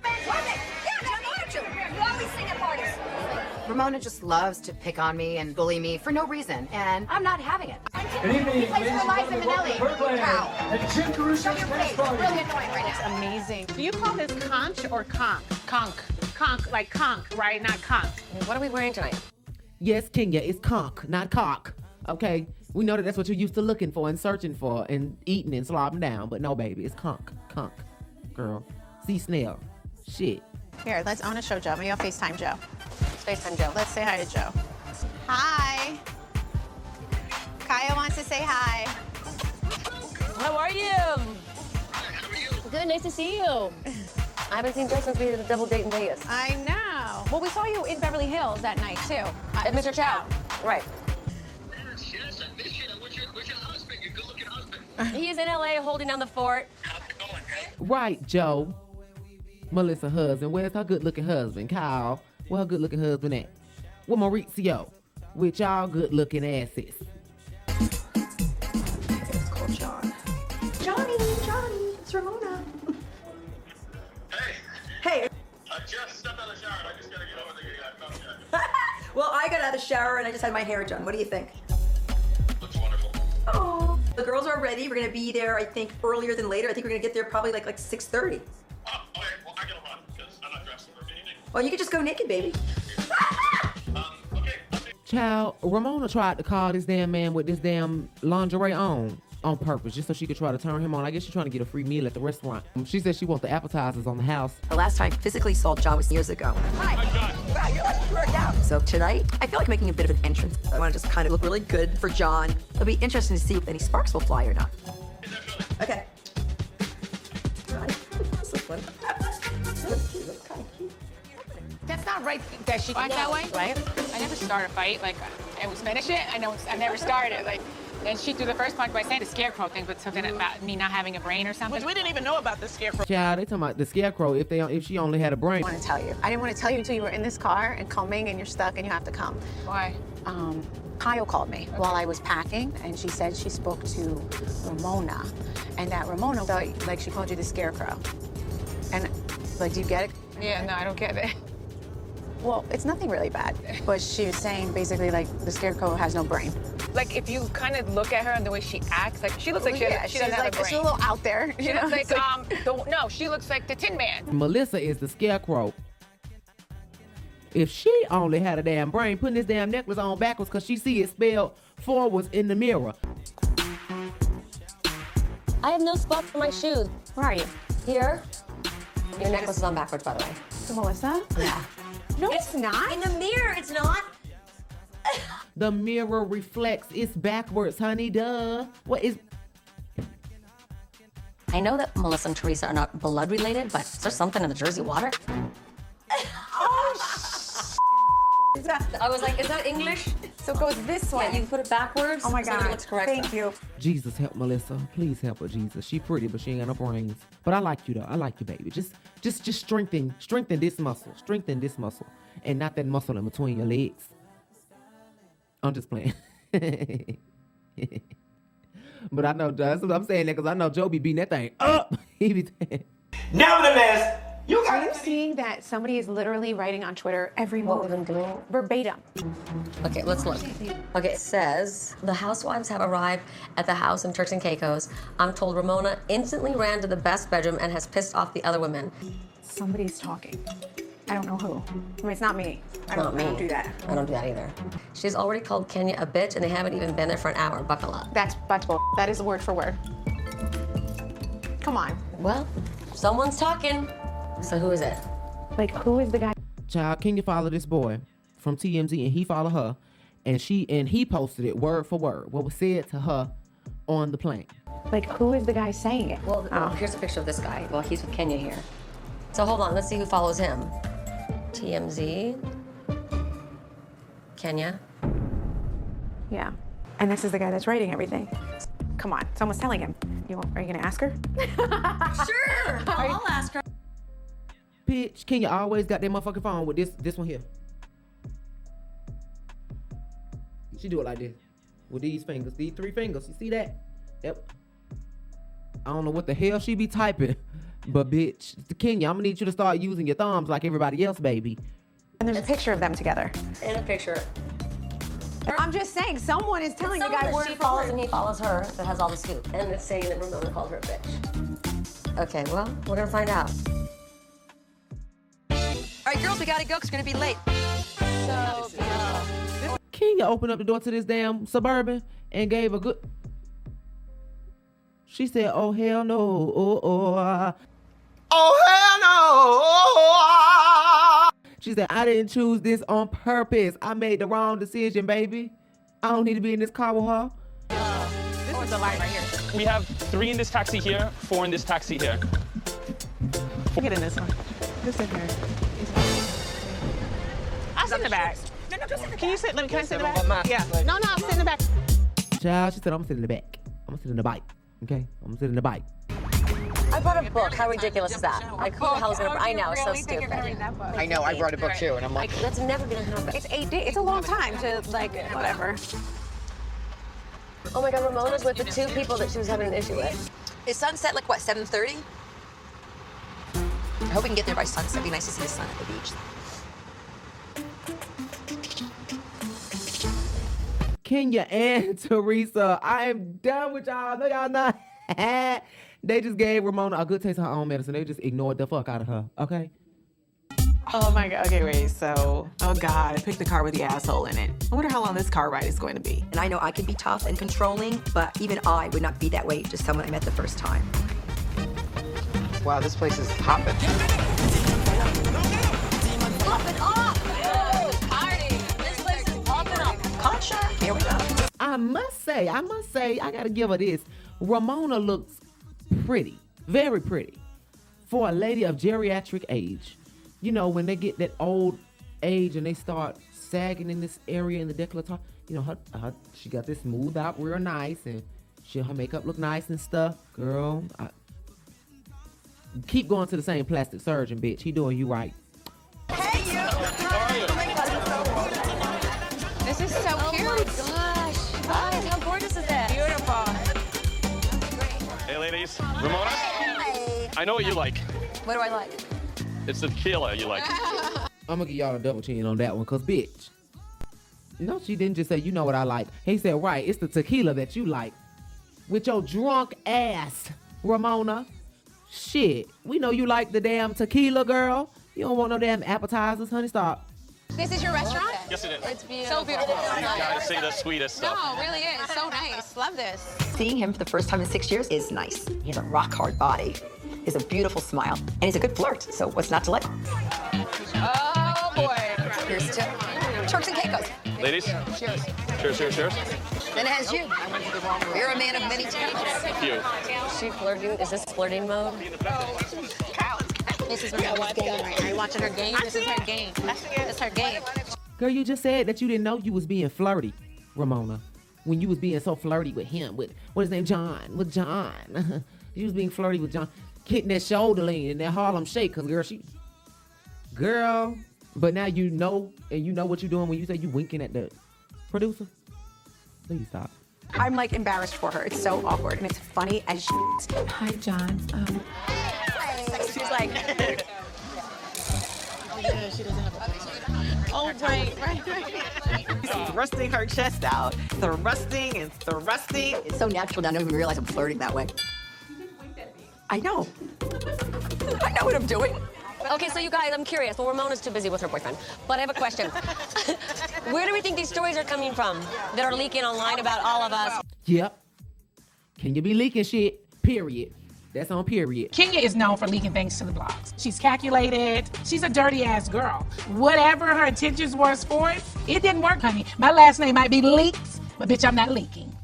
Speaker 16: Ramona just loves to pick on me and bully me for no reason, and I'm not having it.
Speaker 23: Good evening,
Speaker 16: He plays
Speaker 23: ladies
Speaker 16: for
Speaker 23: and
Speaker 16: Liza
Speaker 23: gentlemen. Welcome
Speaker 16: Minnelli.
Speaker 23: to Brooklyn
Speaker 16: Wow.
Speaker 23: at Jim Caruso's dance party.
Speaker 1: It's amazing. Do you call this conch or conch? Conch. Conch, like conch, right? Not conch. What are we wearing tonight?
Speaker 10: yes, Kenya, it's conch, not cock. Okay, we know that that's what you're used to looking for and searching for and eating and slobbing down, but no, baby, it's conch, conch, girl. See snail, shit.
Speaker 1: Here, let's own a show, Joe. Maybe I'll FaceTime Joe. FaceTime Joe. Let's say hi to Joe. Hi. Kaya wants to say hi.
Speaker 9: How are you? Good, nice to see you. I haven't seen Joe since we did a double date in Vegas.
Speaker 1: I know. Well, we saw you in Beverly Hills that night, too.
Speaker 9: At Mr. Chow. Right. He is in LA holding down the fort.
Speaker 10: Right, Joe. Melissa husband. Where's her good looking husband? Kyle. Where her good looking husband at? Where Maurizio? With y'all good looking asses.
Speaker 5: Johnny, Johnny, it's Ramona. Hey. Hey. well, I got out of the shower and I just had my hair done. What do you think? Looks wonderful. Oh, the girls are ready. We're gonna be there. I think earlier than later. I think we're gonna get there probably like like 6:30. Oh, Well, you can just go naked, baby.
Speaker 10: Child, Ramona tried to call this damn man with this damn lingerie on on purpose, just so she could try to turn him on. I guess she's trying to get a free meal at the restaurant. She said she wants the appetizers on the house.
Speaker 4: The last time I physically saw John was years ago. Hi. Wow, you're like worked out. So tonight, I feel like making a bit of an entrance. I want to just kind of look really good for John. It'll be interesting to see if any sparks will fly or not. Okay. This is fun.
Speaker 14: That's not right that she act that way. Right? I never start a fight. Like, I always finish it. I know I never started. Like, and she threw the first punch by saying the scarecrow thing, but something about me not having a brain or something. Which we didn't even know about the scarecrow.
Speaker 10: Child, they talking about the scarecrow. If they if she only had a brain.
Speaker 1: I want to tell you. I didn't want to tell you until you were in this car and coming and you're stuck and you have to come.
Speaker 14: Why?
Speaker 1: Um, Kyle called me while I was packing and she said she spoke to Ramona and that Ramona thought, like, she called you the scarecrow. And, like, do you get it?
Speaker 14: Yeah, no, I don't get it.
Speaker 1: Well, it's nothing really bad. But she was saying basically, like, the scarecrow has no brain.
Speaker 14: Like if you kind of look at her and the way she acts, like she looks like she,
Speaker 1: Yeah,
Speaker 14: she
Speaker 1: she's
Speaker 14: doesn't have
Speaker 1: like-
Speaker 14: a brain.
Speaker 1: she's a little out there,
Speaker 14: She
Speaker 1: you know?
Speaker 14: looks like,
Speaker 1: It's like-
Speaker 14: um, the, no, she looks like the Tin Man.
Speaker 10: Melissa is the scarecrow. If she only had a damn brain, putting this damn necklace on backwards because she see it spelled forwards in the mirror.
Speaker 9: I have no spot for my shoes. Where are you? Here. Your necklace is on backwards, by the way.
Speaker 1: Melissa?
Speaker 9: Yeah.
Speaker 1: No, it's not.
Speaker 9: In the mirror, it's not.
Speaker 10: The mirror reflects. It's backwards, honey. Duh. What is?
Speaker 9: I know that Melissa and Teresa are not blood related, but is there something in the Jersey water?
Speaker 1: Oh,
Speaker 9: I was like, is that English?
Speaker 1: So it goes this way.
Speaker 9: you put it backwards.
Speaker 1: Oh my
Speaker 9: so that
Speaker 1: God.
Speaker 9: it looks correct.
Speaker 1: Thank you.
Speaker 10: Jesus help Melissa. Please help her, Jesus. She pretty, but she ain't got no brains. But I like you though. I like you, baby. Just, just, just strengthen, strengthen this muscle, strengthen this muscle, and not that muscle in between your legs. I'm just playing. but I know that's what I'm saying that because I know Joe be beating that thing up. he be
Speaker 23: Nevertheless,
Speaker 1: You guys are you seeing that somebody is literally writing on Twitter every what move. doing? Verbatim.
Speaker 9: Okay, let's look. Okay, it says the housewives have arrived at the house in Turks and Caicos. I'm told Ramona instantly ran to the best bedroom and has pissed off the other women.
Speaker 1: Somebody's talking. I don't know who. I mean, it's not me. I
Speaker 9: Not
Speaker 1: don't,
Speaker 9: me.
Speaker 1: I don't do that.
Speaker 9: I don't do that either. She's already called Kenya a bitch, and they haven't even been there for an hour. Buckle up.
Speaker 1: That's that's bull. That is word for word. Come on.
Speaker 9: Well, someone's talking. So who is it?
Speaker 1: Like, who is the guy?
Speaker 10: Child, Kenya follow this boy from TMZ, and he follow her, and she and he posted it word for word what was said to her on the plane.
Speaker 1: Like, who is the guy saying it? Oh.
Speaker 9: Well, well, here's a picture of this guy. Well, he's with Kenya here. So hold on, let's see who follows him. TMZ. Kenya.
Speaker 1: Yeah. And this is the guy that's writing everything. Come on. Someone's telling him. You want, are you gonna ask her?
Speaker 9: sure. I'll ask her.
Speaker 10: Bitch, Kenya always got that motherfucking phone with this this one here. She do it like this. With these fingers, these three fingers. You see that? Yep. I don't know what the hell she be typing. But bitch, Kenya, I'm gonna need you to start using your thumbs like everybody else, baby.
Speaker 20: And there's a picture of them together.
Speaker 9: In a picture.
Speaker 20: I'm just saying, someone is telling
Speaker 9: Someone
Speaker 20: you guys
Speaker 9: that
Speaker 20: word
Speaker 9: she
Speaker 20: for word.
Speaker 9: follows and he follows her that has all the scoop. And it's saying that Ramona called her a bitch. Okay, well, we're gonna find out.
Speaker 4: All right, girls, we gotta go because we're gonna be late. So
Speaker 10: Kenya opened up the door to this damn suburban and gave a good. She said, "Oh hell no! Oh oh, ah." oh hell no!" She said, "I didn't choose this on purpose. I made the wrong decision, baby. I don't need to be in this car with her."
Speaker 7: This is the light right here.
Speaker 26: We have three in this taxi here, four in this taxi here.
Speaker 20: Get in this one. Just in here.
Speaker 7: I'll sit in the back. No, no, just in the back. Can you sit? Let me, can I sit in the back? Yeah. No, no, I'm sitting in the back.
Speaker 10: Child, she said, "I'm sitting in the back. I'm sitting in the bike. Okay, I'm sitting in the bike."
Speaker 9: I brought a book. How ridiculous is that? Like, who the hell is gonna? I know, it's so stupid.
Speaker 18: I know, I brought a book too, and I'm like,
Speaker 9: that's never gonna happen.
Speaker 20: It's eight days. It's a long time to like whatever.
Speaker 9: Oh my God, Ramona's with the two people that she was having an issue with.
Speaker 4: Is sunset like what, 7.30? I hope we can get there by sunset. It'd be nice to see the sun at the beach.
Speaker 10: Kenya and Teresa. I am done with y'all. No, y'all not. they just gave Ramona a good taste of her own medicine. They just ignored the fuck out of her. Okay.
Speaker 20: Oh my god. Okay, wait. So, oh god, I picked the car with the asshole in it. I wonder how long this car ride is going to be.
Speaker 4: And I know I can be tough and controlling, but even I would not be that way to someone I met the first time.
Speaker 18: wow, this place is popping.
Speaker 3: Up and up!
Speaker 7: Party. This place is popping up.
Speaker 4: Concha, here we go.
Speaker 10: I must say, I must say, I gotta give her this. Ramona looks pretty, very pretty, for a lady of geriatric age. You know, when they get that old age and they start sagging in this area in the décolleté, you know, her, her she got this smoothed out real nice, and she her makeup look nice and stuff. Girl, I, keep going to the same plastic surgeon, bitch. He doing you right.
Speaker 7: This is so cute. Oh my gosh. Guys, how gorgeous is that? Beautiful.
Speaker 26: Hey, ladies. Ramona, I know what you like.
Speaker 4: What do I like?
Speaker 26: It's the tequila you like.
Speaker 10: I'm gonna give y'all a double chin on that one, cause bitch. No, she didn't just say, you know what I like. He said, right, it's the tequila that you like. With your drunk ass, Ramona. Shit, we know you like the damn tequila, girl. You don't want no damn appetizers, honey. Stop.
Speaker 7: This is your restaurant?
Speaker 26: Yes, it is.
Speaker 7: It's beautiful. So beautiful.
Speaker 26: You gotta see the sweetest stuff.
Speaker 7: No, it really is. So nice. Love this.
Speaker 4: Seeing him for the first time in six years is nice. He has a rock hard body, he has a beautiful smile, and he's a good flirt. So what's not to like?
Speaker 7: Oh boy.
Speaker 4: Here's to Turks and Caicos.
Speaker 26: Ladies,
Speaker 4: Cheers.
Speaker 26: cheers, cheers, cheers.
Speaker 4: And as you, you're a man of many talents.
Speaker 26: You.
Speaker 9: She flirting? Is this flirting mode?
Speaker 22: This is Ramona's game right now. Are you watching her game? This is her game. It's her game.
Speaker 10: Girl, you just said that you didn't know you was being flirty, Ramona. When you was being so flirty with him, with what his name, John, with John. you was being flirty with John, hitting that shoulder lean and that Harlem shake, cause girl, she, girl. But now you know, and you know what you're doing when you say you winking at the producer. Please stop.
Speaker 20: I'm like embarrassed for her. It's so awkward and it's funny as shit. Hi, John. Um,
Speaker 7: She's like.
Speaker 20: Oh, right, right, right.
Speaker 5: thrusting her chest out. Thrusting and thrusting.
Speaker 4: It's so natural now. I don't even realize I'm flirting that way. I know. I know what I'm doing.
Speaker 9: Okay, so you guys, I'm curious. Well, Ramona's too busy with her boyfriend, but I have a question. Where do we think these stories are coming from that are leaking online about all of us?
Speaker 10: Yep. Can you be leaking shit? Period. That's on period.
Speaker 24: Kenya is known for leaking things to the blogs. She's calculated. She's a dirty ass girl. Whatever her intentions were for it, it didn't work, honey. My last name might be leaked, but bitch, I'm not leaking.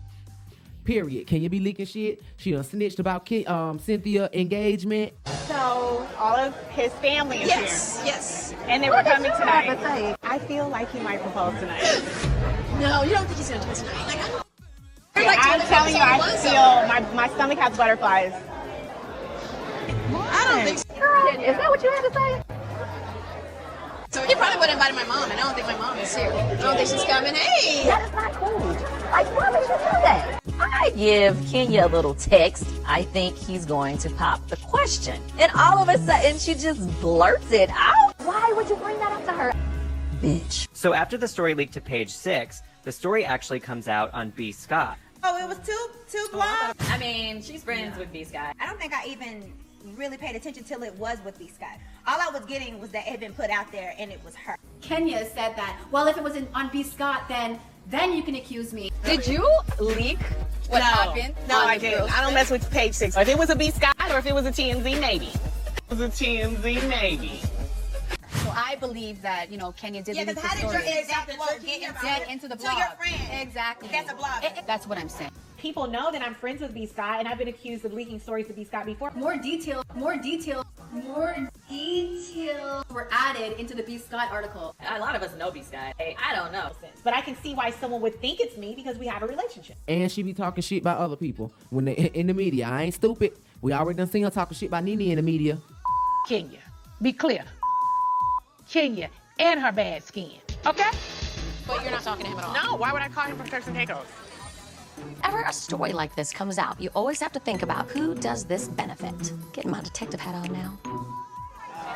Speaker 10: Period. Can you be leaking shit? She done snitched about Ki- um, Cynthia engagement.
Speaker 24: So all of his family
Speaker 7: is Yes,
Speaker 24: here. Yes.
Speaker 7: And they were coming tonight.
Speaker 24: I feel like he might propose tonight.
Speaker 7: No, you don't think he's gonna do it tonight.
Speaker 24: I'm telling you, I feel my, my stomach has butterflies.
Speaker 7: I don't think so. Girl, is that what you had to say?
Speaker 14: He probably would have invited my mom, and I don't think my mom is here. I don't think she's coming. Hey!
Speaker 29: That is not cool. Like, why would you do that? I give Kenya a little text. I think he's going to pop the question. And all of a sudden, she just blurts it out. Why would you bring that up to her?
Speaker 7: Bitch. So after the story leaked to page six, the story actually comes out on B. Scott.
Speaker 28: Oh, it was too too blonde.
Speaker 15: I mean, she's friends with B Scott.
Speaker 28: I don't think I even really paid attention till it was with B Scott. All I was getting was that it had been put out there and it was her.
Speaker 15: Kenya said that. Well, if it was in, on B Scott, then then you can accuse me.
Speaker 14: Did you leak what
Speaker 5: No.
Speaker 14: happened?
Speaker 5: No,
Speaker 14: on
Speaker 5: I
Speaker 14: the
Speaker 5: didn't.
Speaker 14: girls'
Speaker 5: I don't mess with page six. If it was a B Scott or if it was a TMZ, maybe.
Speaker 14: It was a TMZ Navy.
Speaker 15: So I believe that you know Kenya did
Speaker 28: Yeah,
Speaker 15: leak
Speaker 28: 'cause
Speaker 15: the
Speaker 28: how did
Speaker 15: story.
Speaker 28: your- exactly,
Speaker 15: Well,
Speaker 28: you're
Speaker 15: getting
Speaker 28: about
Speaker 15: dead
Speaker 28: it
Speaker 15: into the
Speaker 28: to
Speaker 15: blog
Speaker 28: your friend.
Speaker 15: Exactly.
Speaker 28: That's a blog.
Speaker 15: It- it- that's what I'm saying.
Speaker 5: People know that I'm friends with B Scott and I've been accused of leaking stories to B Scott before.
Speaker 15: More detail, more detail, more detail were added into the B Scott article.
Speaker 5: A lot of us know B Scott. I don't know. But I can see why someone would think it's me because we have a relationship.
Speaker 10: And she be talking shit about other people when they in the media. I ain't stupid. We already done seen her talking shit about Nene in the media.
Speaker 11: Kenya. Be clear. Kenya and her bad skin. Okay?
Speaker 14: But you're not talking to him at all.
Speaker 5: No, why would I call him from Turks and Caicos?
Speaker 9: Whenever a story like this comes out, you always have to think about who does this benefit. Getting my detective hat on now.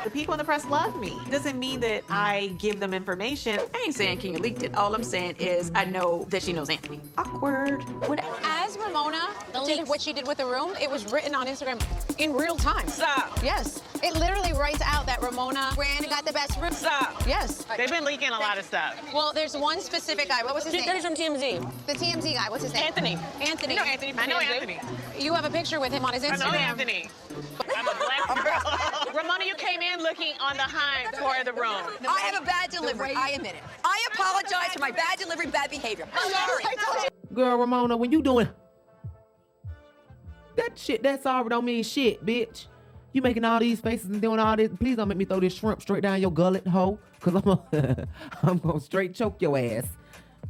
Speaker 5: The people in the press love me.
Speaker 1: Doesn't mean that I give them information. I ain't saying Kenya leaked it. All I'm saying is I
Speaker 5: Oh,
Speaker 1: know that she knows Anthony. Awkward. Whatever.
Speaker 14: As Ramona did what she did with the room, it was written on Instagram in real time. Stop. Yes. It literally writes out that Ramona ran and got the best room. Stop. Yes.
Speaker 5: They've been leaking a lot of stuff.
Speaker 14: Well, there's one specific guy. What was his
Speaker 5: That
Speaker 14: name?
Speaker 5: is from TMZ.
Speaker 14: The TMZ guy. What's his name?
Speaker 5: Anthony.
Speaker 14: Anthony.
Speaker 5: I know Anthony from
Speaker 14: I know
Speaker 5: TMZ.
Speaker 14: Anthony. You have a picture with him on his
Speaker 5: I
Speaker 14: Instagram.
Speaker 5: know Anthony. I'm a black girl. Ramona, you came in looking on the hind for the room.
Speaker 4: I have a bad delivery. I admit it. I apologize for my bad delivery, bad behavior. I'm sorry.
Speaker 10: Girl Ramona, when you doing that shit, that sorry don't mean shit, bitch. You making all these faces and doing all this. Please don't make me throw this shrimp straight down your gullet, hoe. Cause I'm a, I'm gonna straight choke your ass.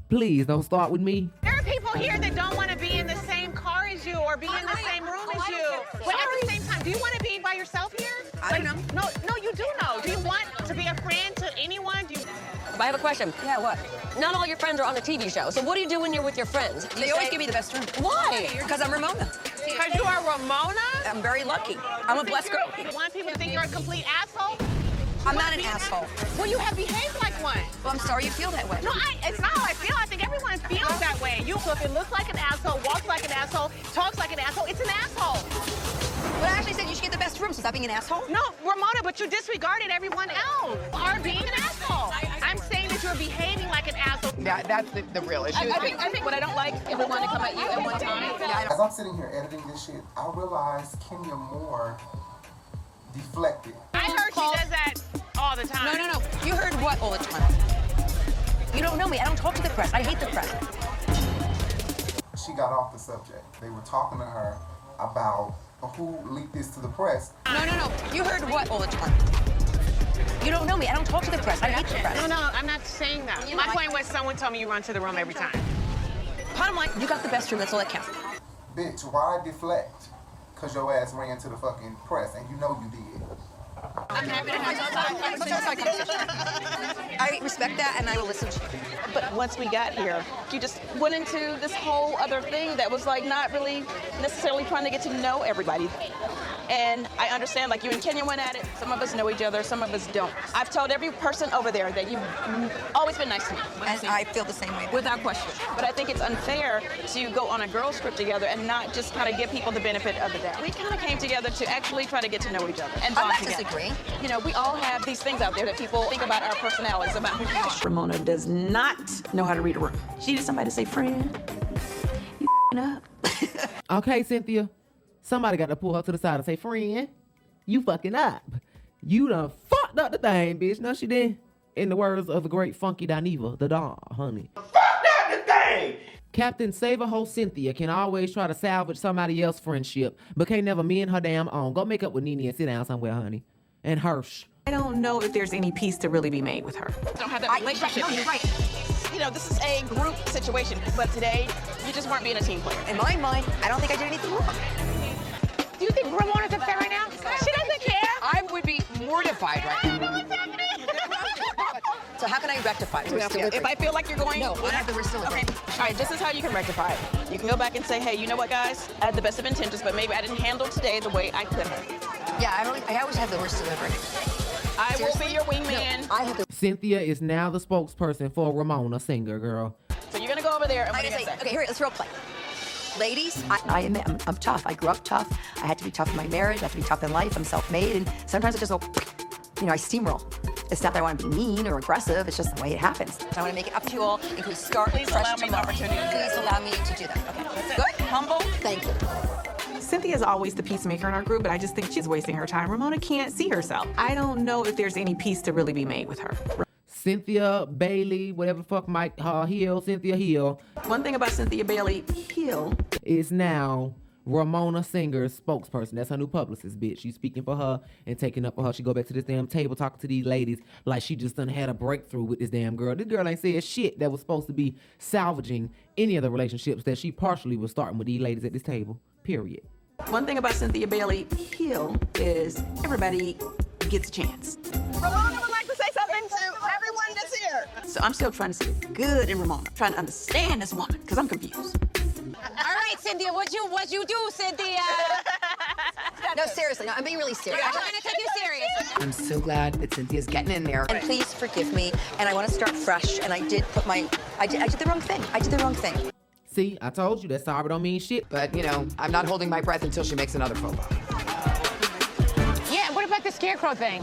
Speaker 10: Please don't start with me.
Speaker 5: There are people here that don't want to be in the same car as you or be in the same room as you. But at the same time, do you want to be by yourself here? I don't know. No, no, you do know. Do you want to be a friend to anyone? Do you?
Speaker 9: But I have a question. Yeah, what? Not all your friends are on a TV show. So what do you do when you're with your friends? Do you
Speaker 28: They always
Speaker 9: say-
Speaker 28: give me the best room.
Speaker 9: Why?
Speaker 28: Because I'm Ramona.
Speaker 5: Because you are Ramona?
Speaker 28: I'm very lucky. I'm a blessed girl.
Speaker 5: You want people to think you're a complete asshole?
Speaker 28: I'm not an asshole.
Speaker 5: Well, you have behaved like one.
Speaker 28: Well, I'm sorry you feel that way.
Speaker 5: No, I, it's not how I feel. I think everyone feels that way. You fucking look like an asshole, walks like an asshole, talks like an asshole. It's an asshole.
Speaker 28: But I actually said you should get the best room. So stop being an asshole.
Speaker 5: No, Ramona, but you disregarded everyone else. Are being an asshole. I'm saying that you're behaving like an asshole.
Speaker 1: That, that's the, the real issue.
Speaker 14: I, I think, I think what I don't like is Ramona come at you at one time.
Speaker 6: As I'm sitting here editing this shit, I realize Kenya Moore deflected.
Speaker 5: I heard she does that all the time.
Speaker 4: No, no, no. You heard what all the time? You don't know me. I don't talk to the press. I hate the press.
Speaker 6: She got off the subject. They were talking to her about who leaked this to the press.
Speaker 4: No, no, no. You heard what all the time? You don't know me. I don't talk to the press. I hate the press.
Speaker 5: No, no, I'm not saying that.
Speaker 4: You
Speaker 5: My
Speaker 4: know, I-
Speaker 5: point was someone told me you run to the room every time.
Speaker 4: Bottom line, you got the best room. That's all that counts.
Speaker 6: Bitch, why deflect? Cause your ass ran to the fucking press and you know you did.
Speaker 14: I'm happy to have you.
Speaker 4: I respect that, and I will listen to you.
Speaker 14: But once we got here, you just went into this whole other thing that was like not really necessarily trying to get to know everybody. And I understand, like you and Kenya went at it. Some of us know each other, some of us don't. I've told every person over there that you've always been nice to me.
Speaker 4: And I feel the same way.
Speaker 14: Without question. But I think it's unfair to go on a girls trip together and not just kind of give people the benefit of the doubt. We kind of came together to actually try to get to know each other. And
Speaker 4: I'm
Speaker 14: bond
Speaker 4: not
Speaker 14: together.
Speaker 4: disagreeing.
Speaker 14: You know, we all have these things out there that people think about our personalities, about who we are.
Speaker 1: Ramona does not know how to read a room. She needs somebody to say, friend, you up.
Speaker 10: Okay, Cynthia. Somebody got to pull her to the side and say, friend, you fucking up. You done fucked up the thing, bitch. No, she didn't. In the words of the great funky Dineva, the Don, honey. Fucked up the thing! Captain Save a Ho Cynthia can always try to salvage somebody else's friendship, but can't never mend her damn own. Go make up with Nene and sit down somewhere, honey. And Hirsch.
Speaker 5: I don't know if there's any peace to really be made with her.
Speaker 14: don't have that relationship.
Speaker 4: no, you're right.
Speaker 14: You know, this is a group situation, but today you just weren't being a team player.
Speaker 4: In my mind, I don't think I did anything wrong.
Speaker 5: Do you think Ramona's upset right now? She doesn't care.
Speaker 14: I would be mortified
Speaker 5: right now.
Speaker 4: So how can I rectify it?
Speaker 14: We're still with
Speaker 7: it.
Speaker 14: If I feel like you're going,
Speaker 7: No, I have the- we're still with
Speaker 14: Okay.
Speaker 7: it.
Speaker 14: All right. This is how you can rectify it. You can go back and say, hey, you know what, guys? I had the best of intentions, but maybe I didn't handle today the way I could have.
Speaker 7: Yeah, I don't. I always have the worst delivery.
Speaker 14: I will
Speaker 7: Seriously?
Speaker 14: be your wingman. I have
Speaker 10: Cynthia is now the spokesperson for Ramona Singer, girl.
Speaker 14: So you're gonna go over there. And
Speaker 4: like I say, okay, here, let's role play. Ladies, I,
Speaker 28: I am, I'm, I'm tough. I grew up tough. I had to be tough in my marriage. I have to be tough in life. I'm self-made, and sometimes I just go, you know, I steamroll. It's not that I want to be mean or aggressive. It's just the way it happens.
Speaker 4: I want to make it up to you all, include scarf.
Speaker 14: Please allow me the opportunity.
Speaker 4: Please allow me to do that. Okay. Good. Humble. Thank you.
Speaker 20: Cynthia is always the peacemaker in our group, but I just think she's wasting her time. Ramona can't see herself. I don't know if there's any peace to really be made with her.
Speaker 10: Cynthia Bailey, whatever the fuck Mike uh, Hill, Cynthia Hill.
Speaker 20: One thing about Cynthia Bailey Hill
Speaker 10: is now Ramona Singer's spokesperson. That's her new publicist, bitch. She's speaking for her and taking up for her. She go back to this damn table talking to these ladies like she just done had a breakthrough with this damn girl. This girl ain't said shit that was supposed to be salvaging any of the relationships that she partially was starting with these ladies at this table. Period.
Speaker 20: One thing about Cynthia Bailey Hill is everybody gets a chance.
Speaker 14: Ramona would like to say something to everyone that's here.
Speaker 20: So I'm still trying to see good in Ramona, trying to understand this woman, because I'm confused.
Speaker 7: All right, Cynthia, what you what you do, Cynthia?
Speaker 4: No, seriously, no, I'm being really serious.
Speaker 7: I'm trying to take you serious.
Speaker 4: I'm so glad that Cynthia's getting in there. And please forgive me. And I want to start fresh. And I did put my, I did, I did the wrong thing. I did the wrong thing.
Speaker 10: See, I told you that sorry don't mean shit.
Speaker 21: But you know, I'm not holding my breath until she makes another faux pas.
Speaker 7: Yeah, what about the scarecrow thing?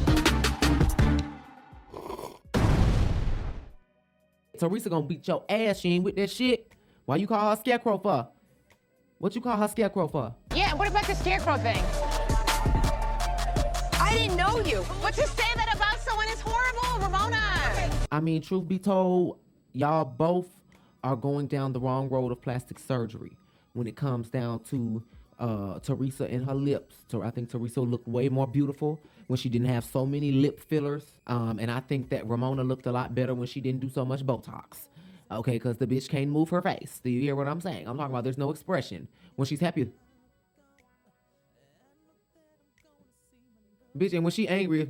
Speaker 10: Teresa gonna beat your ass. She ain't with that shit. Why you call her scarecrow for? What you call her scarecrow for?
Speaker 22: Yeah, what about the scarecrow thing?
Speaker 7: I didn't know you. But to say that about someone is horrible, Ramona.
Speaker 10: I mean, truth be told, y'all both are going down the wrong road of plastic surgery when it comes down to uh, Teresa and her lips. So I think Teresa looked way more beautiful when she didn't have so many lip fillers. Um, and I think that Ramona looked a lot better when she didn't do so much Botox. Okay, because the bitch can't move her face. Do you hear what I'm saying? I'm talking about there's no expression when she's happy. Bitch, and when she angry,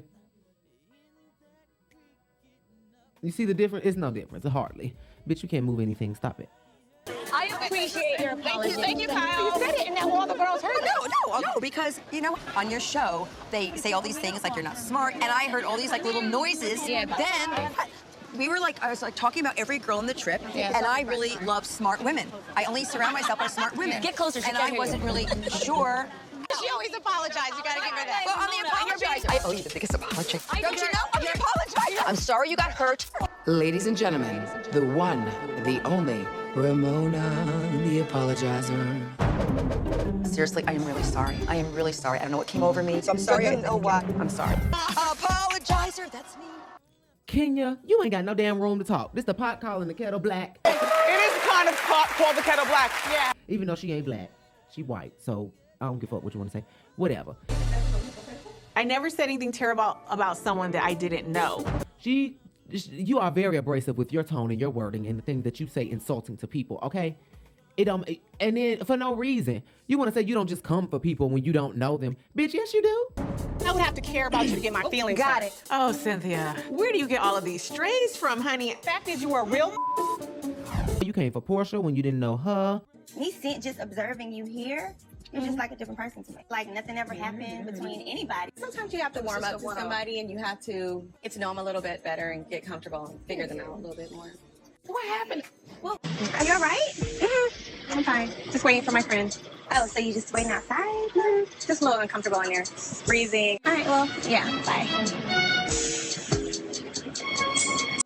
Speaker 10: you see the difference? It's no difference, hardly. Bitch, you can't move anything. Stop it.
Speaker 7: I appreciate your apology.
Speaker 4: Thank you, Kyle.
Speaker 7: You said it, and now all the girls heard it.
Speaker 4: No, no, no, because you know, on your show, they say all these things like you're not smart, and I heard all these like little noises.
Speaker 7: Yeah, but-
Speaker 4: then we were like, I was like talking about every girl on the trip,
Speaker 7: Yeah.
Speaker 4: and I really love smart women. I only surround myself by smart women.
Speaker 7: Get closer, she
Speaker 4: And
Speaker 7: can't
Speaker 4: I
Speaker 7: hear you.
Speaker 4: wasn't really sure.
Speaker 7: She always apologizes. You gotta give her that.
Speaker 4: Well, I'm the apologizer.
Speaker 21: I owe you the biggest apology.
Speaker 4: Don't you know? I'm the apologizer.
Speaker 21: I'm sorry you got hurt. Ladies and gentlemen, the one, the only Ramona the apologizer.
Speaker 28: Seriously, I am really sorry. I am really sorry. I don't know what came over me. I'm
Speaker 4: sorry.
Speaker 28: I don't know why. I'm sorry.
Speaker 4: Apologizer, that's me.
Speaker 10: Kenya, you ain't got no damn room to talk. This the pot calling the kettle black.
Speaker 7: It is kind of called, the kettle black. Yeah.
Speaker 10: Even though she ain't black, she white. So I don't give a fuck what you want to say. Whatever.
Speaker 20: I never said anything terrible about someone that I didn't know.
Speaker 10: She, sh- you are very abrasive with your tone and your wording and the thing that you say insulting to people. Okay. It um and then for no reason you want to say you don't just come for people when you don't know them, bitch. Yes you do.
Speaker 20: I would have to care about you to get my feelings.
Speaker 10: got
Speaker 20: it. Oh, Cynthia, where do you get all of these strays from, honey? Fact is, you are a real.
Speaker 10: You came for Portia when you didn't know her.
Speaker 15: Me sent just observing you here. You're just like a different person to me. Like nothing ever happened between anybody.
Speaker 7: Sometimes you have to warm up to somebody and you have to get to know them a little bit better and get comfortable and figure them out a little bit more.
Speaker 20: What happened?
Speaker 15: Well, are you all right? Mm-hmm. I'm fine. Just waiting for my friend. Oh, so you just waiting outside? Mhm. Just a little uncomfortable in there. It's freezing. All right. Well, yeah. Bye.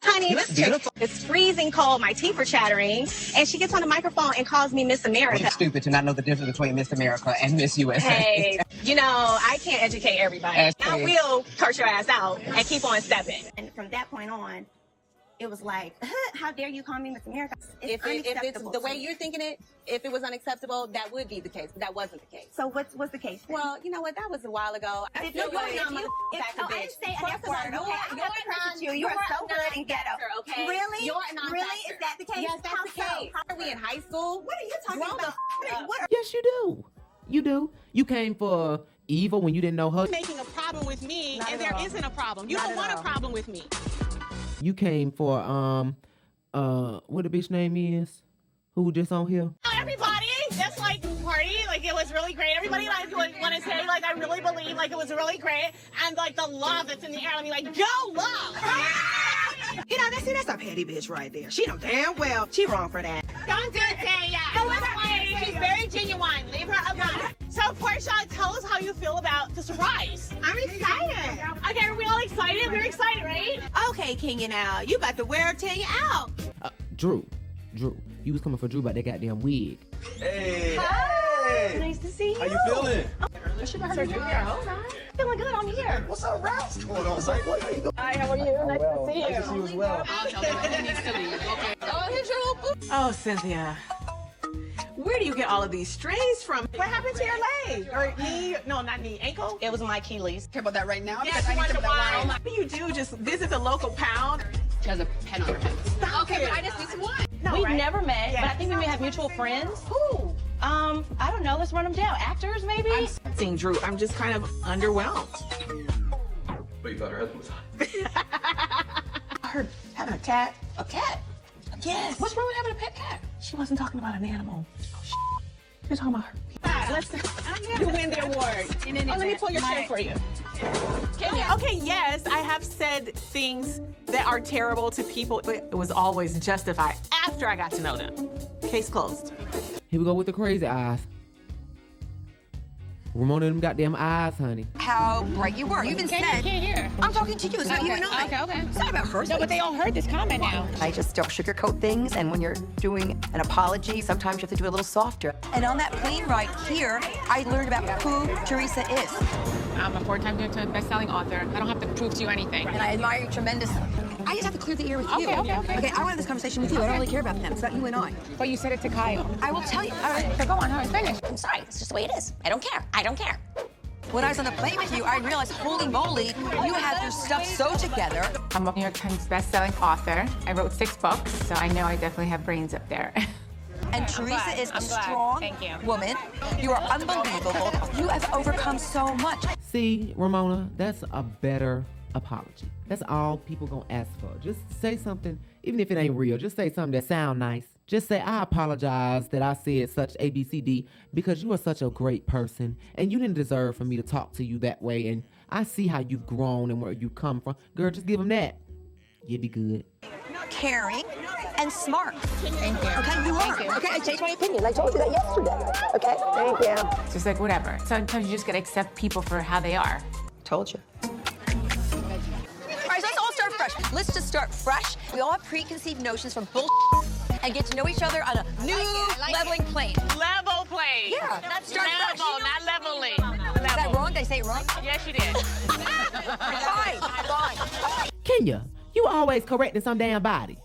Speaker 15: Honey,
Speaker 7: You
Speaker 20: look
Speaker 7: look beautiful.
Speaker 15: It's freezing cold. My teeth are chattering, and she gets on the microphone and calls me Miss America.
Speaker 18: It's stupid to not know the difference between Miss America and Miss USA.
Speaker 15: Hey, you know, I can't educate everybody.
Speaker 18: Educate.
Speaker 15: I will curse your ass out and keep on stepping. And from that point on, it was like, how dare you call me Miss America?
Speaker 7: If, it, if it's
Speaker 15: unacceptable
Speaker 7: the
Speaker 15: to
Speaker 7: way
Speaker 15: me.
Speaker 7: you're thinking it, if it was unacceptable, that would be the case. But that wasn't the case.
Speaker 15: So what's what's the case? then?
Speaker 7: Well, you know what? That was a while ago. I
Speaker 15: If
Speaker 7: feel
Speaker 15: you're
Speaker 7: good.
Speaker 15: going on
Speaker 7: If
Speaker 15: my
Speaker 7: you- if-
Speaker 15: back to
Speaker 7: oh, I
Speaker 15: bitch.
Speaker 7: understand.
Speaker 15: First
Speaker 7: That's
Speaker 15: of all,
Speaker 7: why.
Speaker 15: you're-
Speaker 7: Okay,
Speaker 15: I'm
Speaker 7: you're
Speaker 15: not
Speaker 7: a
Speaker 15: friends with you.
Speaker 7: non-
Speaker 15: You are
Speaker 7: you're
Speaker 15: so
Speaker 7: a
Speaker 15: good and ghetto.
Speaker 7: non-factor, Okay?
Speaker 15: Really?
Speaker 7: You're a non
Speaker 15: Really? Is that the case?
Speaker 7: Yes, that's
Speaker 15: How
Speaker 7: the
Speaker 15: so?
Speaker 7: case. Are we in high school? What are you
Speaker 15: talking about?
Speaker 10: Yes you do. You do. You came for Eva when you didn't know her.
Speaker 20: Making a problem with me,
Speaker 7: Not
Speaker 20: and
Speaker 7: at
Speaker 20: there
Speaker 7: all.
Speaker 20: not a problem. You
Speaker 7: Not
Speaker 20: don't
Speaker 7: at
Speaker 20: want
Speaker 7: all.
Speaker 20: a problem with me.
Speaker 10: You came for um uh what the bitch name is? Who just on here?
Speaker 5: Everybody, just like party, like it was really great. Everybody, like, want to say, like, I really believe, like, it was really great, and like the love that's in the air. I mean, like, go love.
Speaker 7: You know, that's it. That's a petty bitch right there. She know damn well she wrong for that.
Speaker 5: Don't do it, Taya. Go with her. She's very genuine. Leave her alone. So, Portia, tell us how you feel about the surprise. I'm excited. Okay, are we all excited? We're excited, right?
Speaker 7: Okay, King and Al, you about to wear Tanya out.
Speaker 10: Drew. Drew. You was coming for Drew about that goddamn wig.
Speaker 5: Hey.
Speaker 7: Nice to see you.
Speaker 5: How you feeling? I should have heard you here. Hold on. Feeling good. I'm here. What's up, Ralph? What's going on? how you doing? Hi, how are you? nice to see you. Nice to see you as well.
Speaker 7: Oh, here's your little boo. Oh, Cynthia. Where do you get all of these strays from?
Speaker 5: What happened to your leg? Or knee? No, not knee. Ankle? It was my Achilles. Care about that right now? Yes, I wonder why.
Speaker 7: What do you do? Just visit the local pound? She has a pen on her head.
Speaker 5: Okay, but I just need some wine.
Speaker 15: We've never met, but I think we may have mutual friends. Who? Um, I don't know. Let's run them down. Actors, maybe?
Speaker 7: Seeing Drew, I'm just kind of underwhelmed.
Speaker 30: But you thought her husband was hot.
Speaker 7: I heard having a cat. A cat? Yes. What's wrong with having a pet cat? She wasn't talking about an animal. Oh, She's talking about her.
Speaker 5: Let's you win the award.
Speaker 7: Oh, let me pull your shirt for you. Okay, yes, I have said things that are terrible to people, but it was always justified after I got to know them. Case closed.
Speaker 10: Here we go with the crazy eyes. Ramona them goddamn eyes, honey.
Speaker 4: How bright you were. You even
Speaker 5: Can't-
Speaker 4: said.
Speaker 5: can't hear.
Speaker 4: I'm talking to you. It's not you and I.
Speaker 5: Okay, okay.
Speaker 4: It's not about her.
Speaker 5: No, but they all heard this comment now.
Speaker 31: I just don't sugarcoat things, and when you're doing an apology, sometimes you have to do it a little softer.
Speaker 4: And on that plane ride here, I learned about who Teresa is.
Speaker 32: I'm a four-time New York Times best-selling author. I don't have to prove to you anything.
Speaker 4: And I admire you tremendously. I just have to clear the air with you.
Speaker 32: Okay, okay, okay.
Speaker 4: Okay, I wanted this conversation with you. I don't really care about them. It's about you and I.
Speaker 32: But you said it to Kyle.
Speaker 4: I will tell you. All right, so go on. Hurry, finish. I'm sorry. It's just the way it is. I don't care. I don't care. When I was on the plane with you, I realized, holy moly, you had your stuff so together.
Speaker 11: I'm a New York Times best-selling author. I wrote six books, so I know I definitely have brains up there.
Speaker 4: And Teresa is a strong woman. You are unbelievable. You have overcome so much.
Speaker 10: See, Ramona, that's a better apology. That's all people gonna ask for. Just say something, even if it ain't real. Just say something that sound nice. Just say, I apologize that I said such A, B, C, D because you are such a great person and you didn't deserve for me to talk to you that way. And I see how you've grown and where you come from. Girl, just give them that. You'll be good.
Speaker 4: caring, and smart. Thank you. Okay, you are. Okay, I changed my opinion. I told you that yesterday. Okay, thank you.
Speaker 11: It's just like whatever. Sometimes you just gotta accept people for how they are.
Speaker 31: Told you.
Speaker 4: All right, so let's all start fresh. Let's just start fresh. We all have preconceived notions from bull and get to know each other on a new leveling plane.
Speaker 5: Level play.
Speaker 4: Yeah,
Speaker 5: Not
Speaker 4: let's start fresh.
Speaker 5: level, not leveling. Level.
Speaker 4: Is that wrong? Did I say it wrong?
Speaker 5: Yes, you did.
Speaker 4: Fine, fine.
Speaker 10: Kenya, you always correcting some damn body.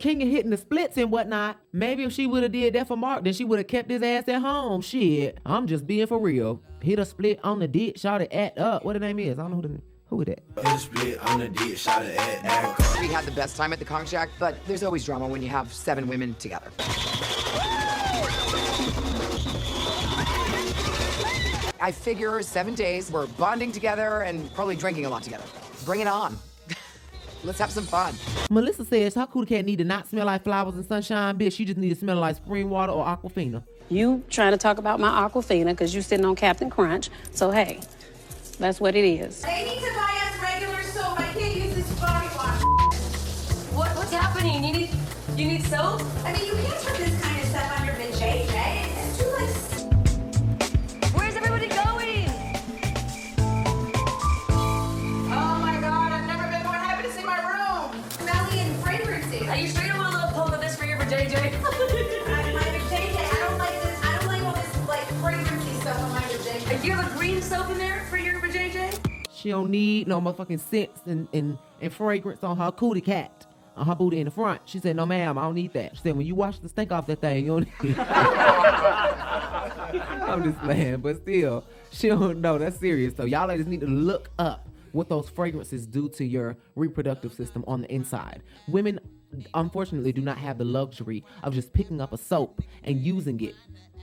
Speaker 10: Kenya hitting the splits and whatnot. Maybe if she would have did that for Mark, then she would have kept his ass at home. Shit, I'm just being for real. Hit a split on the dick, shot it at up. What the name is? I don't know who the who that.
Speaker 16: We had the best time at the Kong Shack, but there's always drama when you have seven women together. I figure seven days, we're bonding together and probably drinking a lot together. Bring it on. Let's have some fun.
Speaker 10: Melissa says her cootie cat need to not smell like flowers and sunshine, bitch. She just need to smell like spring water or aquafina.
Speaker 9: You trying to talk about my Aquafina because you sitting on Captain Crunch. So hey, that's what it is.
Speaker 5: They need to buy us regular soap. I can't use this body wash.
Speaker 33: What, what's happening? You need you need soap?
Speaker 1: I mean, you can't put this kind of stuff on your vajayjay. It's too much.
Speaker 33: Where's everybody going?
Speaker 5: Oh my god, I've never been more happy to see my room.
Speaker 1: Smelly and fragrancy.
Speaker 33: Are you sure you don't want a little pull of this for your JJ?
Speaker 1: On my vajayjay, I don't like this. I don't like all this like fragrancy stuff on my vajayjay.
Speaker 33: Do you have a green soap in there for your JJ?
Speaker 10: She don't need no motherfucking scents and, and, and fragrance on her cootie cat, on her booty in the front. She said, no ma'am, I don't need that. She said, when you wash the stink off that thing, you don't need I'm just playing, but still, she don't know. That's serious. So y'all ladies need to look up what those fragrances do to your reproductive system on the inside. Women unfortunately do not have the luxury of just picking up a soap and using it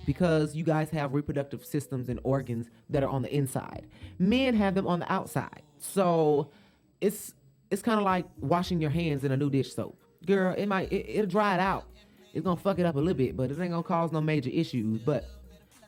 Speaker 10: because you guys have reproductive systems and organs that are on the inside. Men have them on the outside. So it's it's kind of like washing your hands in a new dish soap. Girl, it might it, it'll dry it out. It's gonna fuck it up a little bit, but it ain't gonna cause no major issues. But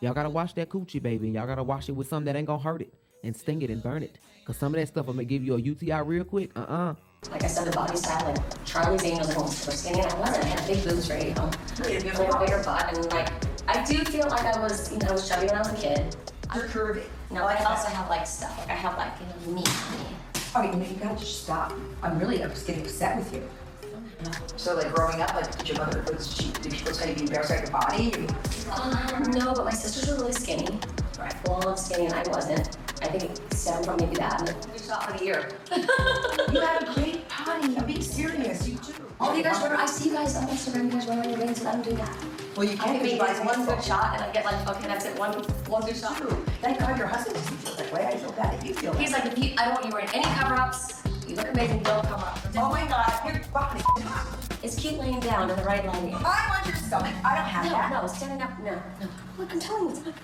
Speaker 10: y'all gotta wash that coochie, baby, and y'all gotta wash it with something that ain't gonna hurt it and sting it and burn it. Cause some of that stuff I'm gonna give you a UTI real quick. Uh-uh.
Speaker 9: Like I said, the body's fat. Like Charlie Daniels at home, for skinny at eleven, I had big boobs right you know. You have a bigger butt, and like I do feel like I was, you know, I was chubby when I was a kid. I'm curvy. No, I also have like stuff. Like I have like you know, me.
Speaker 28: All right, you know, you gotta just stop. I'm really I'm just getting upset with you. So like growing up, like did your mother was she did people tell you to be embarrassed about your body?
Speaker 9: Um, no, but my sisters were really skinny. Right. Long skinny, and I wasn't. I think it stemmed from maybe that. And it's not for the year.
Speaker 28: you have a great body. I'm being serious. You do.
Speaker 9: All you guys wear, I see you guys on Instagram. You guys wear your rings, so I'm doing that.
Speaker 28: Well, you
Speaker 9: I
Speaker 28: can't
Speaker 9: make
Speaker 28: be
Speaker 9: like one
Speaker 28: one.
Speaker 9: good shot, and I get like, okay, that's it, one one good shot.
Speaker 28: Thank God your husband doesn't feel that way. I feel bad that you feel.
Speaker 9: He's like, if you, I don't want you wearing any cover-ups. You look amazing, don't cover up.
Speaker 28: Oh my God, your body.
Speaker 9: It's keep laying down in the right lining.
Speaker 28: I want your stomach. I don't have
Speaker 9: no,
Speaker 28: that.
Speaker 9: No, standing up, no, no. Look, I'm telling you, it's not.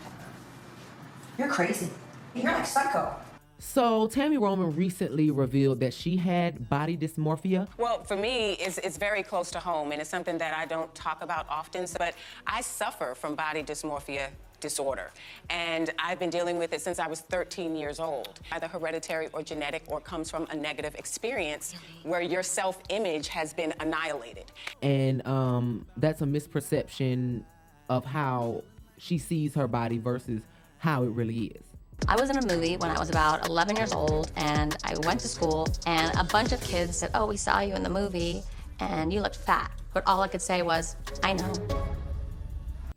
Speaker 28: You're crazy. You're like psycho.
Speaker 10: So Tammy Roman recently revealed that she had body dysmorphia.
Speaker 3: Well, for me, it's, it's very close to home, and it's something that I don't talk about often, but I suffer from body dysmorphia disorder. And I've been dealing with it since I was 13 years old, either hereditary or genetic, or comes from a negative experience where your self image has been annihilated.
Speaker 10: and um, that's a misperception of how she sees her body versus how it really is.
Speaker 9: I was in a movie when I was about 11 years old, and I went to school, and a bunch of kids said, "Oh, we saw you in the movie, and you looked fat." But all I could say was, "I know."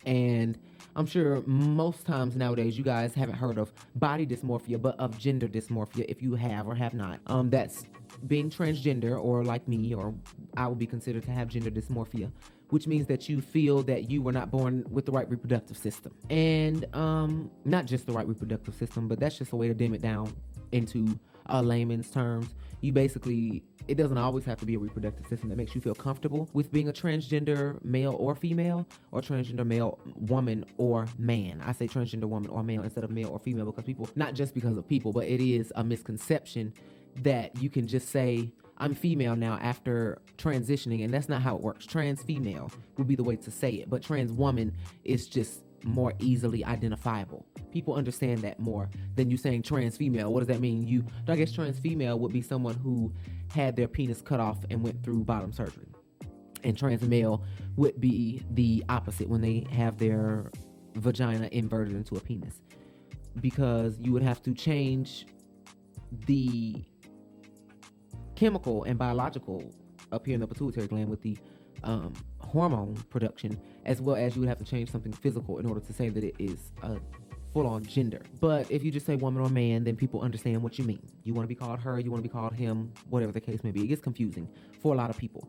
Speaker 10: And I'm sure most times nowadays you guys haven't heard of body dysmorphia, but of gender dysmorphia if you have or have not. Um, that's being transgender or like me, or I would be considered to have gender dysmorphia, which means that you feel that you were not born with the right reproductive system. And um, not just the right reproductive system, but that's just a way to dim it down into uh, layman's terms. You basically, it doesn't always have to be a reproductive system that makes you feel comfortable with being a transgender male or female, or transgender male woman or man. I say transgender woman or male instead of male or female because people, not just because of people, but it is a misconception that you can just say, I'm female now after transitioning, and that's not how it works. Trans female would be the way to say it, but trans woman is just more easily identifiable. People understand that more than you saying trans female. What does that mean? You, I guess trans female would be someone who had their penis cut off and went through bottom surgery. And trans male would be the opposite when they have their vagina inverted into a penis. Because you would have to change the chemical and biological up here in the pituitary gland with the um, hormone production, as well as you would have to change something physical in order to say that it is a full on gender. But if you just say woman or man, then people understand what you mean. You want to be called her, you want to be called him, whatever the case may be. It gets confusing for a lot of people.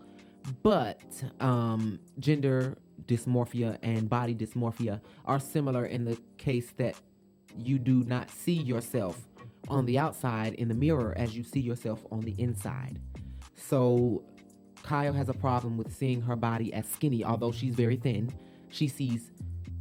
Speaker 10: But um, gender dysmorphia and body dysmorphia are similar in the case that you do not see yourself on the outside in the mirror as you see yourself on the inside. So Kyle has a problem with seeing her body as skinny, although she's very thin. She sees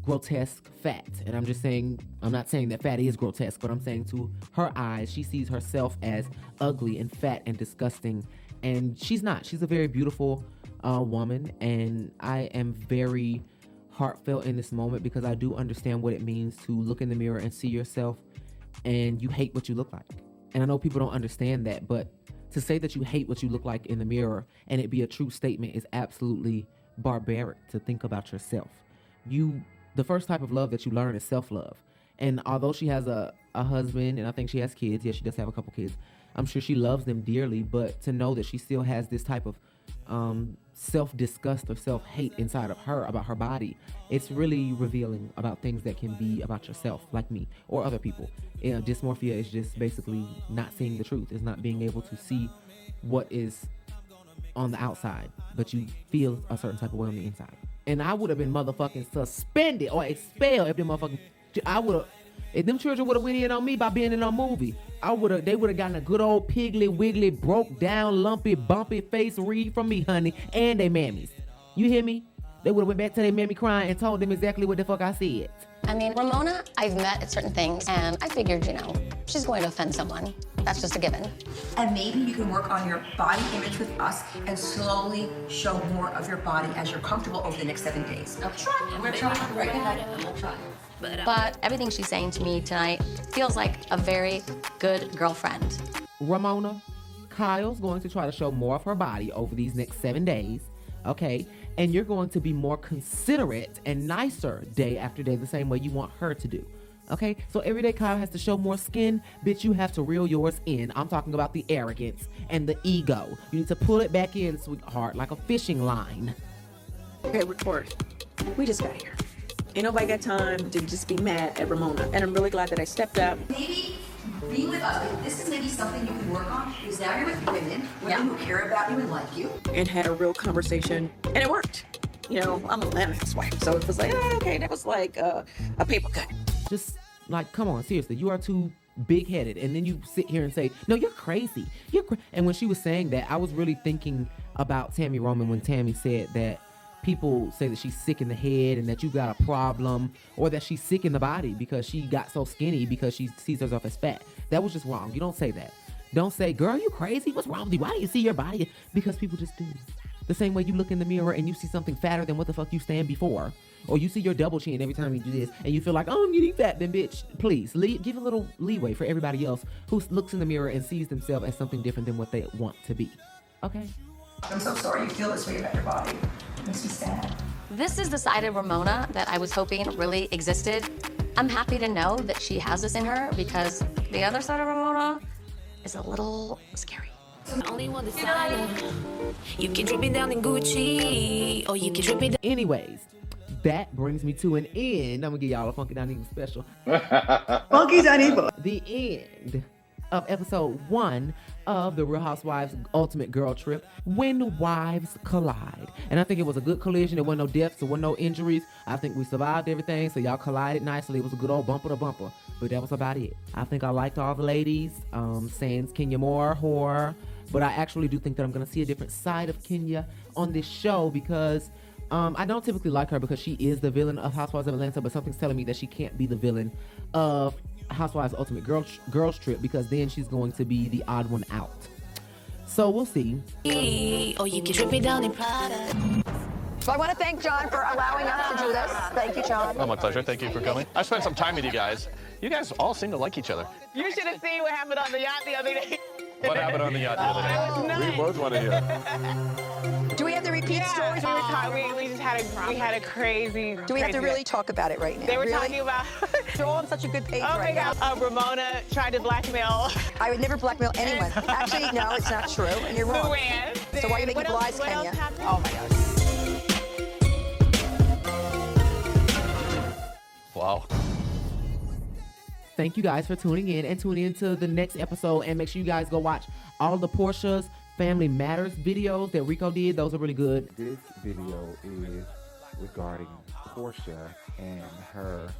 Speaker 10: grotesque fat. And I'm just saying, I'm not saying that fat is grotesque, but I'm saying to her eyes, she sees herself as ugly and fat and disgusting. And she's not. She's a very beautiful uh, woman. And I am very heartfelt in this moment because I do understand what it means to look in the mirror and see yourself and you hate what you look like. And I know people don't understand that, but to say that you hate what you look like in the mirror and it be a true statement is absolutely barbaric to think about yourself. You the first type of love that you learn is self-love. And although she has a, a husband and I think she has kids, yeah, she does have a couple kids. I'm sure she loves them dearly, but to know that she still has this type of um, self disgust or self hate inside of her about her body, it's really revealing about things that can be about yourself, like me or other people. You know, dysmorphia is just basically not seeing the truth, it's not being able to see what is on the outside, but you feel a certain type of way on the inside. And I would have been motherfucking suspended or expelled if them motherfucking, I would have, if them children would have went in on me by being in a movie. I would have. They would have gotten a good old piggly wiggly, broke down, lumpy, bumpy face read from me, honey, and they mammies. You hear me? They would have went back to their mammy crying and told them exactly what the fuck I said.
Speaker 26: I mean, Ramona, I've met at certain things, and I figured, you know, she's going to offend someone. That's just a given.
Speaker 13: And maybe you can work on your body image with us and slowly show more of your body as you're comfortable over the next seven days. Okay. Try. I'm gonna try. I'm gonna try. But,
Speaker 26: But everything she's saying to me tonight feels like a very good girlfriend.
Speaker 10: Ramona, Kyle's going to try to show more of her body over these next seven days, okay? And you're going to be more considerate and nicer day after day, the same way you want her to do, okay? So every day Kyle has to show more skin, bitch, you have to reel yours in. I'm talking about the arrogance and the ego. You need to pull it back in, sweetheart, like a fishing line.
Speaker 14: Okay, record. We just got here. Ain't nobody got time to just be mad at Ramona. And I'm really glad that I stepped up.
Speaker 13: Maybe be with us. This is maybe something you can work on because now you're with women, women who care about you and like you.
Speaker 14: and had a real conversation, and it worked. You know, I'm a land wife, so it was like, ah, okay, that was like uh, a paper cut.
Speaker 10: Just like, come on, seriously, you are too big headed. And then you sit here and say, no, you're crazy. You're cra-. and when she was saying that, I was really thinking about Tammy Roman when Tammy said that people say that she's sick in the head and that you got a problem or that she's sick in the body because she got so skinny because she sees herself as fat. That was just wrong. You don't say that. Don't say, girl, you crazy? What's wrong with you? Why do you see your body? Because people just do. The same way you look in the mirror and you see something fatter than what the fuck you stand before. Or you see your double chin every time you do this and you feel like, oh, I'm getting fat, then bitch, please lea- give a little leeway for everybody else who s- looks in the mirror and sees themselves as something different than what they want to be. Okay.
Speaker 13: I'm so sorry you feel this way about your body. It makes me sad.
Speaker 26: This is the side of Ramona that I was hoping really existed. I'm happy to know that she has this in her because the other side of Ramona is a little scary.
Speaker 11: Only one decided. You can drip it down in Gucci, or you can drip it
Speaker 10: Anyways, that brings me to an end. I'm gonna give y'all a funky not even special.
Speaker 19: Funky Not Evil.
Speaker 10: The end of episode one of the Real Housewives Ultimate Girl Trip when wives collide. And I think it was a good collision. There wasn't no deaths, there wasn't no injuries. I think we survived everything. So y'all collided nicely. It was a good old bumper to bumper. But that was about it. I think I liked all the ladies. Um, Sans Kenya Moore, whore. But I actually do think that I'm gonna see a different side of Kenya on this show because um, I don't typically like her because she is the villain of Housewives of Atlanta, but something's telling me that she can't be the villain of Housewives Ultimate Girl Girls Trip because then she's going to be the odd one out. So we'll see.
Speaker 11: down, or oh, you can drip it down in Prada.
Speaker 4: So I want to thank John for allowing us to do this. Thank you, John.
Speaker 8: Oh, my pleasure. Thank you for coming. I spent some time with you guys. You guys all seem to like each other.
Speaker 7: You should have seen what happened on the yacht the other day. Oh.
Speaker 8: What happened on the yacht the other day? We both want to hear.
Speaker 4: Do we have to repeat stories?
Speaker 7: Oh, we, we just had a we had a crazy.
Speaker 4: Do we have to
Speaker 7: crazy-
Speaker 4: really talk about it right now?
Speaker 7: They were
Speaker 4: Really?
Speaker 7: talking about.
Speaker 4: You're all on such a good page
Speaker 7: Oh my
Speaker 4: right
Speaker 7: God!
Speaker 4: now.
Speaker 7: Uh, Ramona tried to blackmail.
Speaker 4: I would never blackmail anyone. Actually, no, it's not true, and you're wrong.
Speaker 7: Luann.
Speaker 4: So why are you making
Speaker 7: What
Speaker 4: lies,
Speaker 7: else- what else
Speaker 4: Kenya?
Speaker 7: happened?
Speaker 4: Oh my God.
Speaker 8: Wow.
Speaker 10: Thank you guys for tuning in and tune in to the next episode. And make sure you guys go watch all the Portia's Family Matters videos that Rico did. Those are really good.
Speaker 6: This video is regarding Portia and her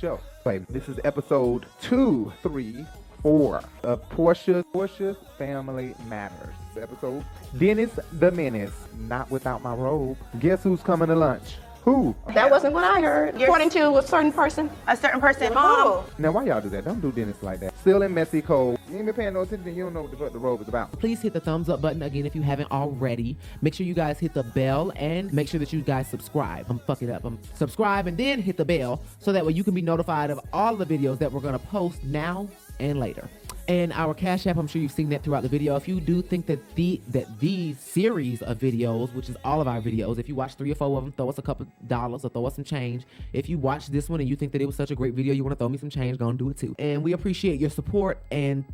Speaker 6: show. Like, This is episode two, three, four of Portia's Portia's Family Matters episode. Dennis the Menace, not without my robe. Guess who's coming to lunch? Who?
Speaker 19: That wasn't what I heard. According to a certain person. A certain person. Mom.
Speaker 6: Now why y'all do that? Don't do Dennis like that. Still in messy cold. You ain't been paying no attention. You don't know what the, fuck the robe is about.
Speaker 10: Please hit the thumbs up button again if you haven't already. Make sure you guys hit the bell and make sure that you guys subscribe. I'm fucking up. I'm subscribe and then hit the bell so that way you can be notified of all the videos that we're gonna post now and later. And our Cash App, I'm sure you've seen that throughout the video. If you do think that the that these series of videos, which is all of our videos, if you watch three or four of them, throw us a couple dollars or throw us some change. If you watch this one and you think that it was such a great video, you want to throw me some change, gonna do it too. And we appreciate your support and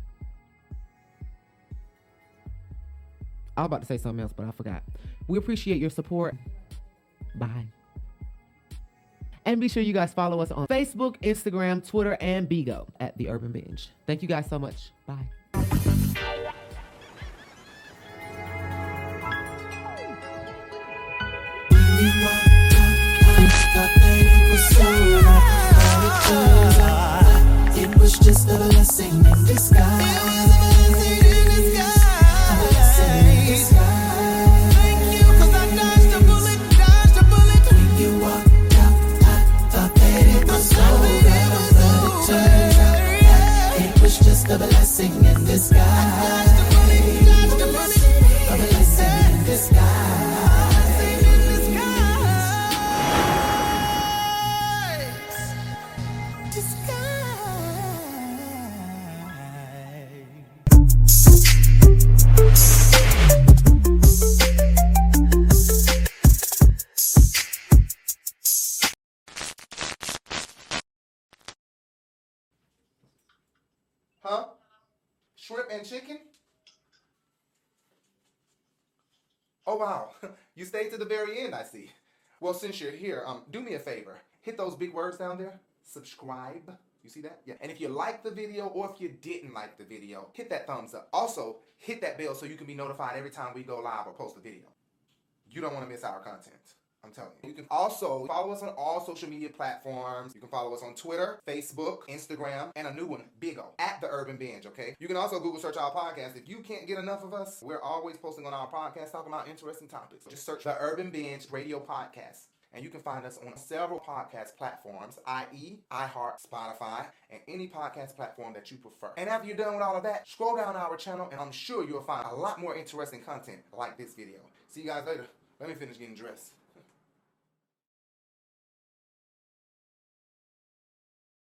Speaker 10: I was about to say something else, but I forgot. We appreciate your support. Bye. And be sure you guys follow us on Facebook, Instagram, Twitter, and Bigo at The Urban Binge. Thank you guys so much. Bye.
Speaker 34: It was
Speaker 7: just a blessing in disguise. Thank you, 'cause I dodged a bullet, dodged a bullet. When you walked out, I thought that it was over, but it turned out that it was just a blessing in disguise. A blessing in disguise.
Speaker 6: Huh? Shrimp and chicken? Oh wow, you stayed to the very end, I see. Well, since you're here, um, do me a favor. Hit those big words down there. Subscribe. You see that? Yeah. And if you liked the video or if you didn't like the video, hit that thumbs up. Also, hit that bell so you can be notified every time we go live or post a video. You don't want to miss our content. I'm telling you. You can also follow us on all social media platforms. You can follow us on Twitter, Facebook, Instagram, and a new one, Big O, at The Urban Binge, okay? You can also Google search our podcast. If you can't get enough of us, we're always posting on our podcast talking about interesting topics. Just search The Urban Binge Radio Podcast. And you can find us on several podcast platforms, i.e., iHeart, Spotify, and any podcast platform that you prefer. And after you're done with all of that, scroll down our channel, and I'm sure you'll find a lot more interesting content like this video. See you guys later. Let me finish getting dressed.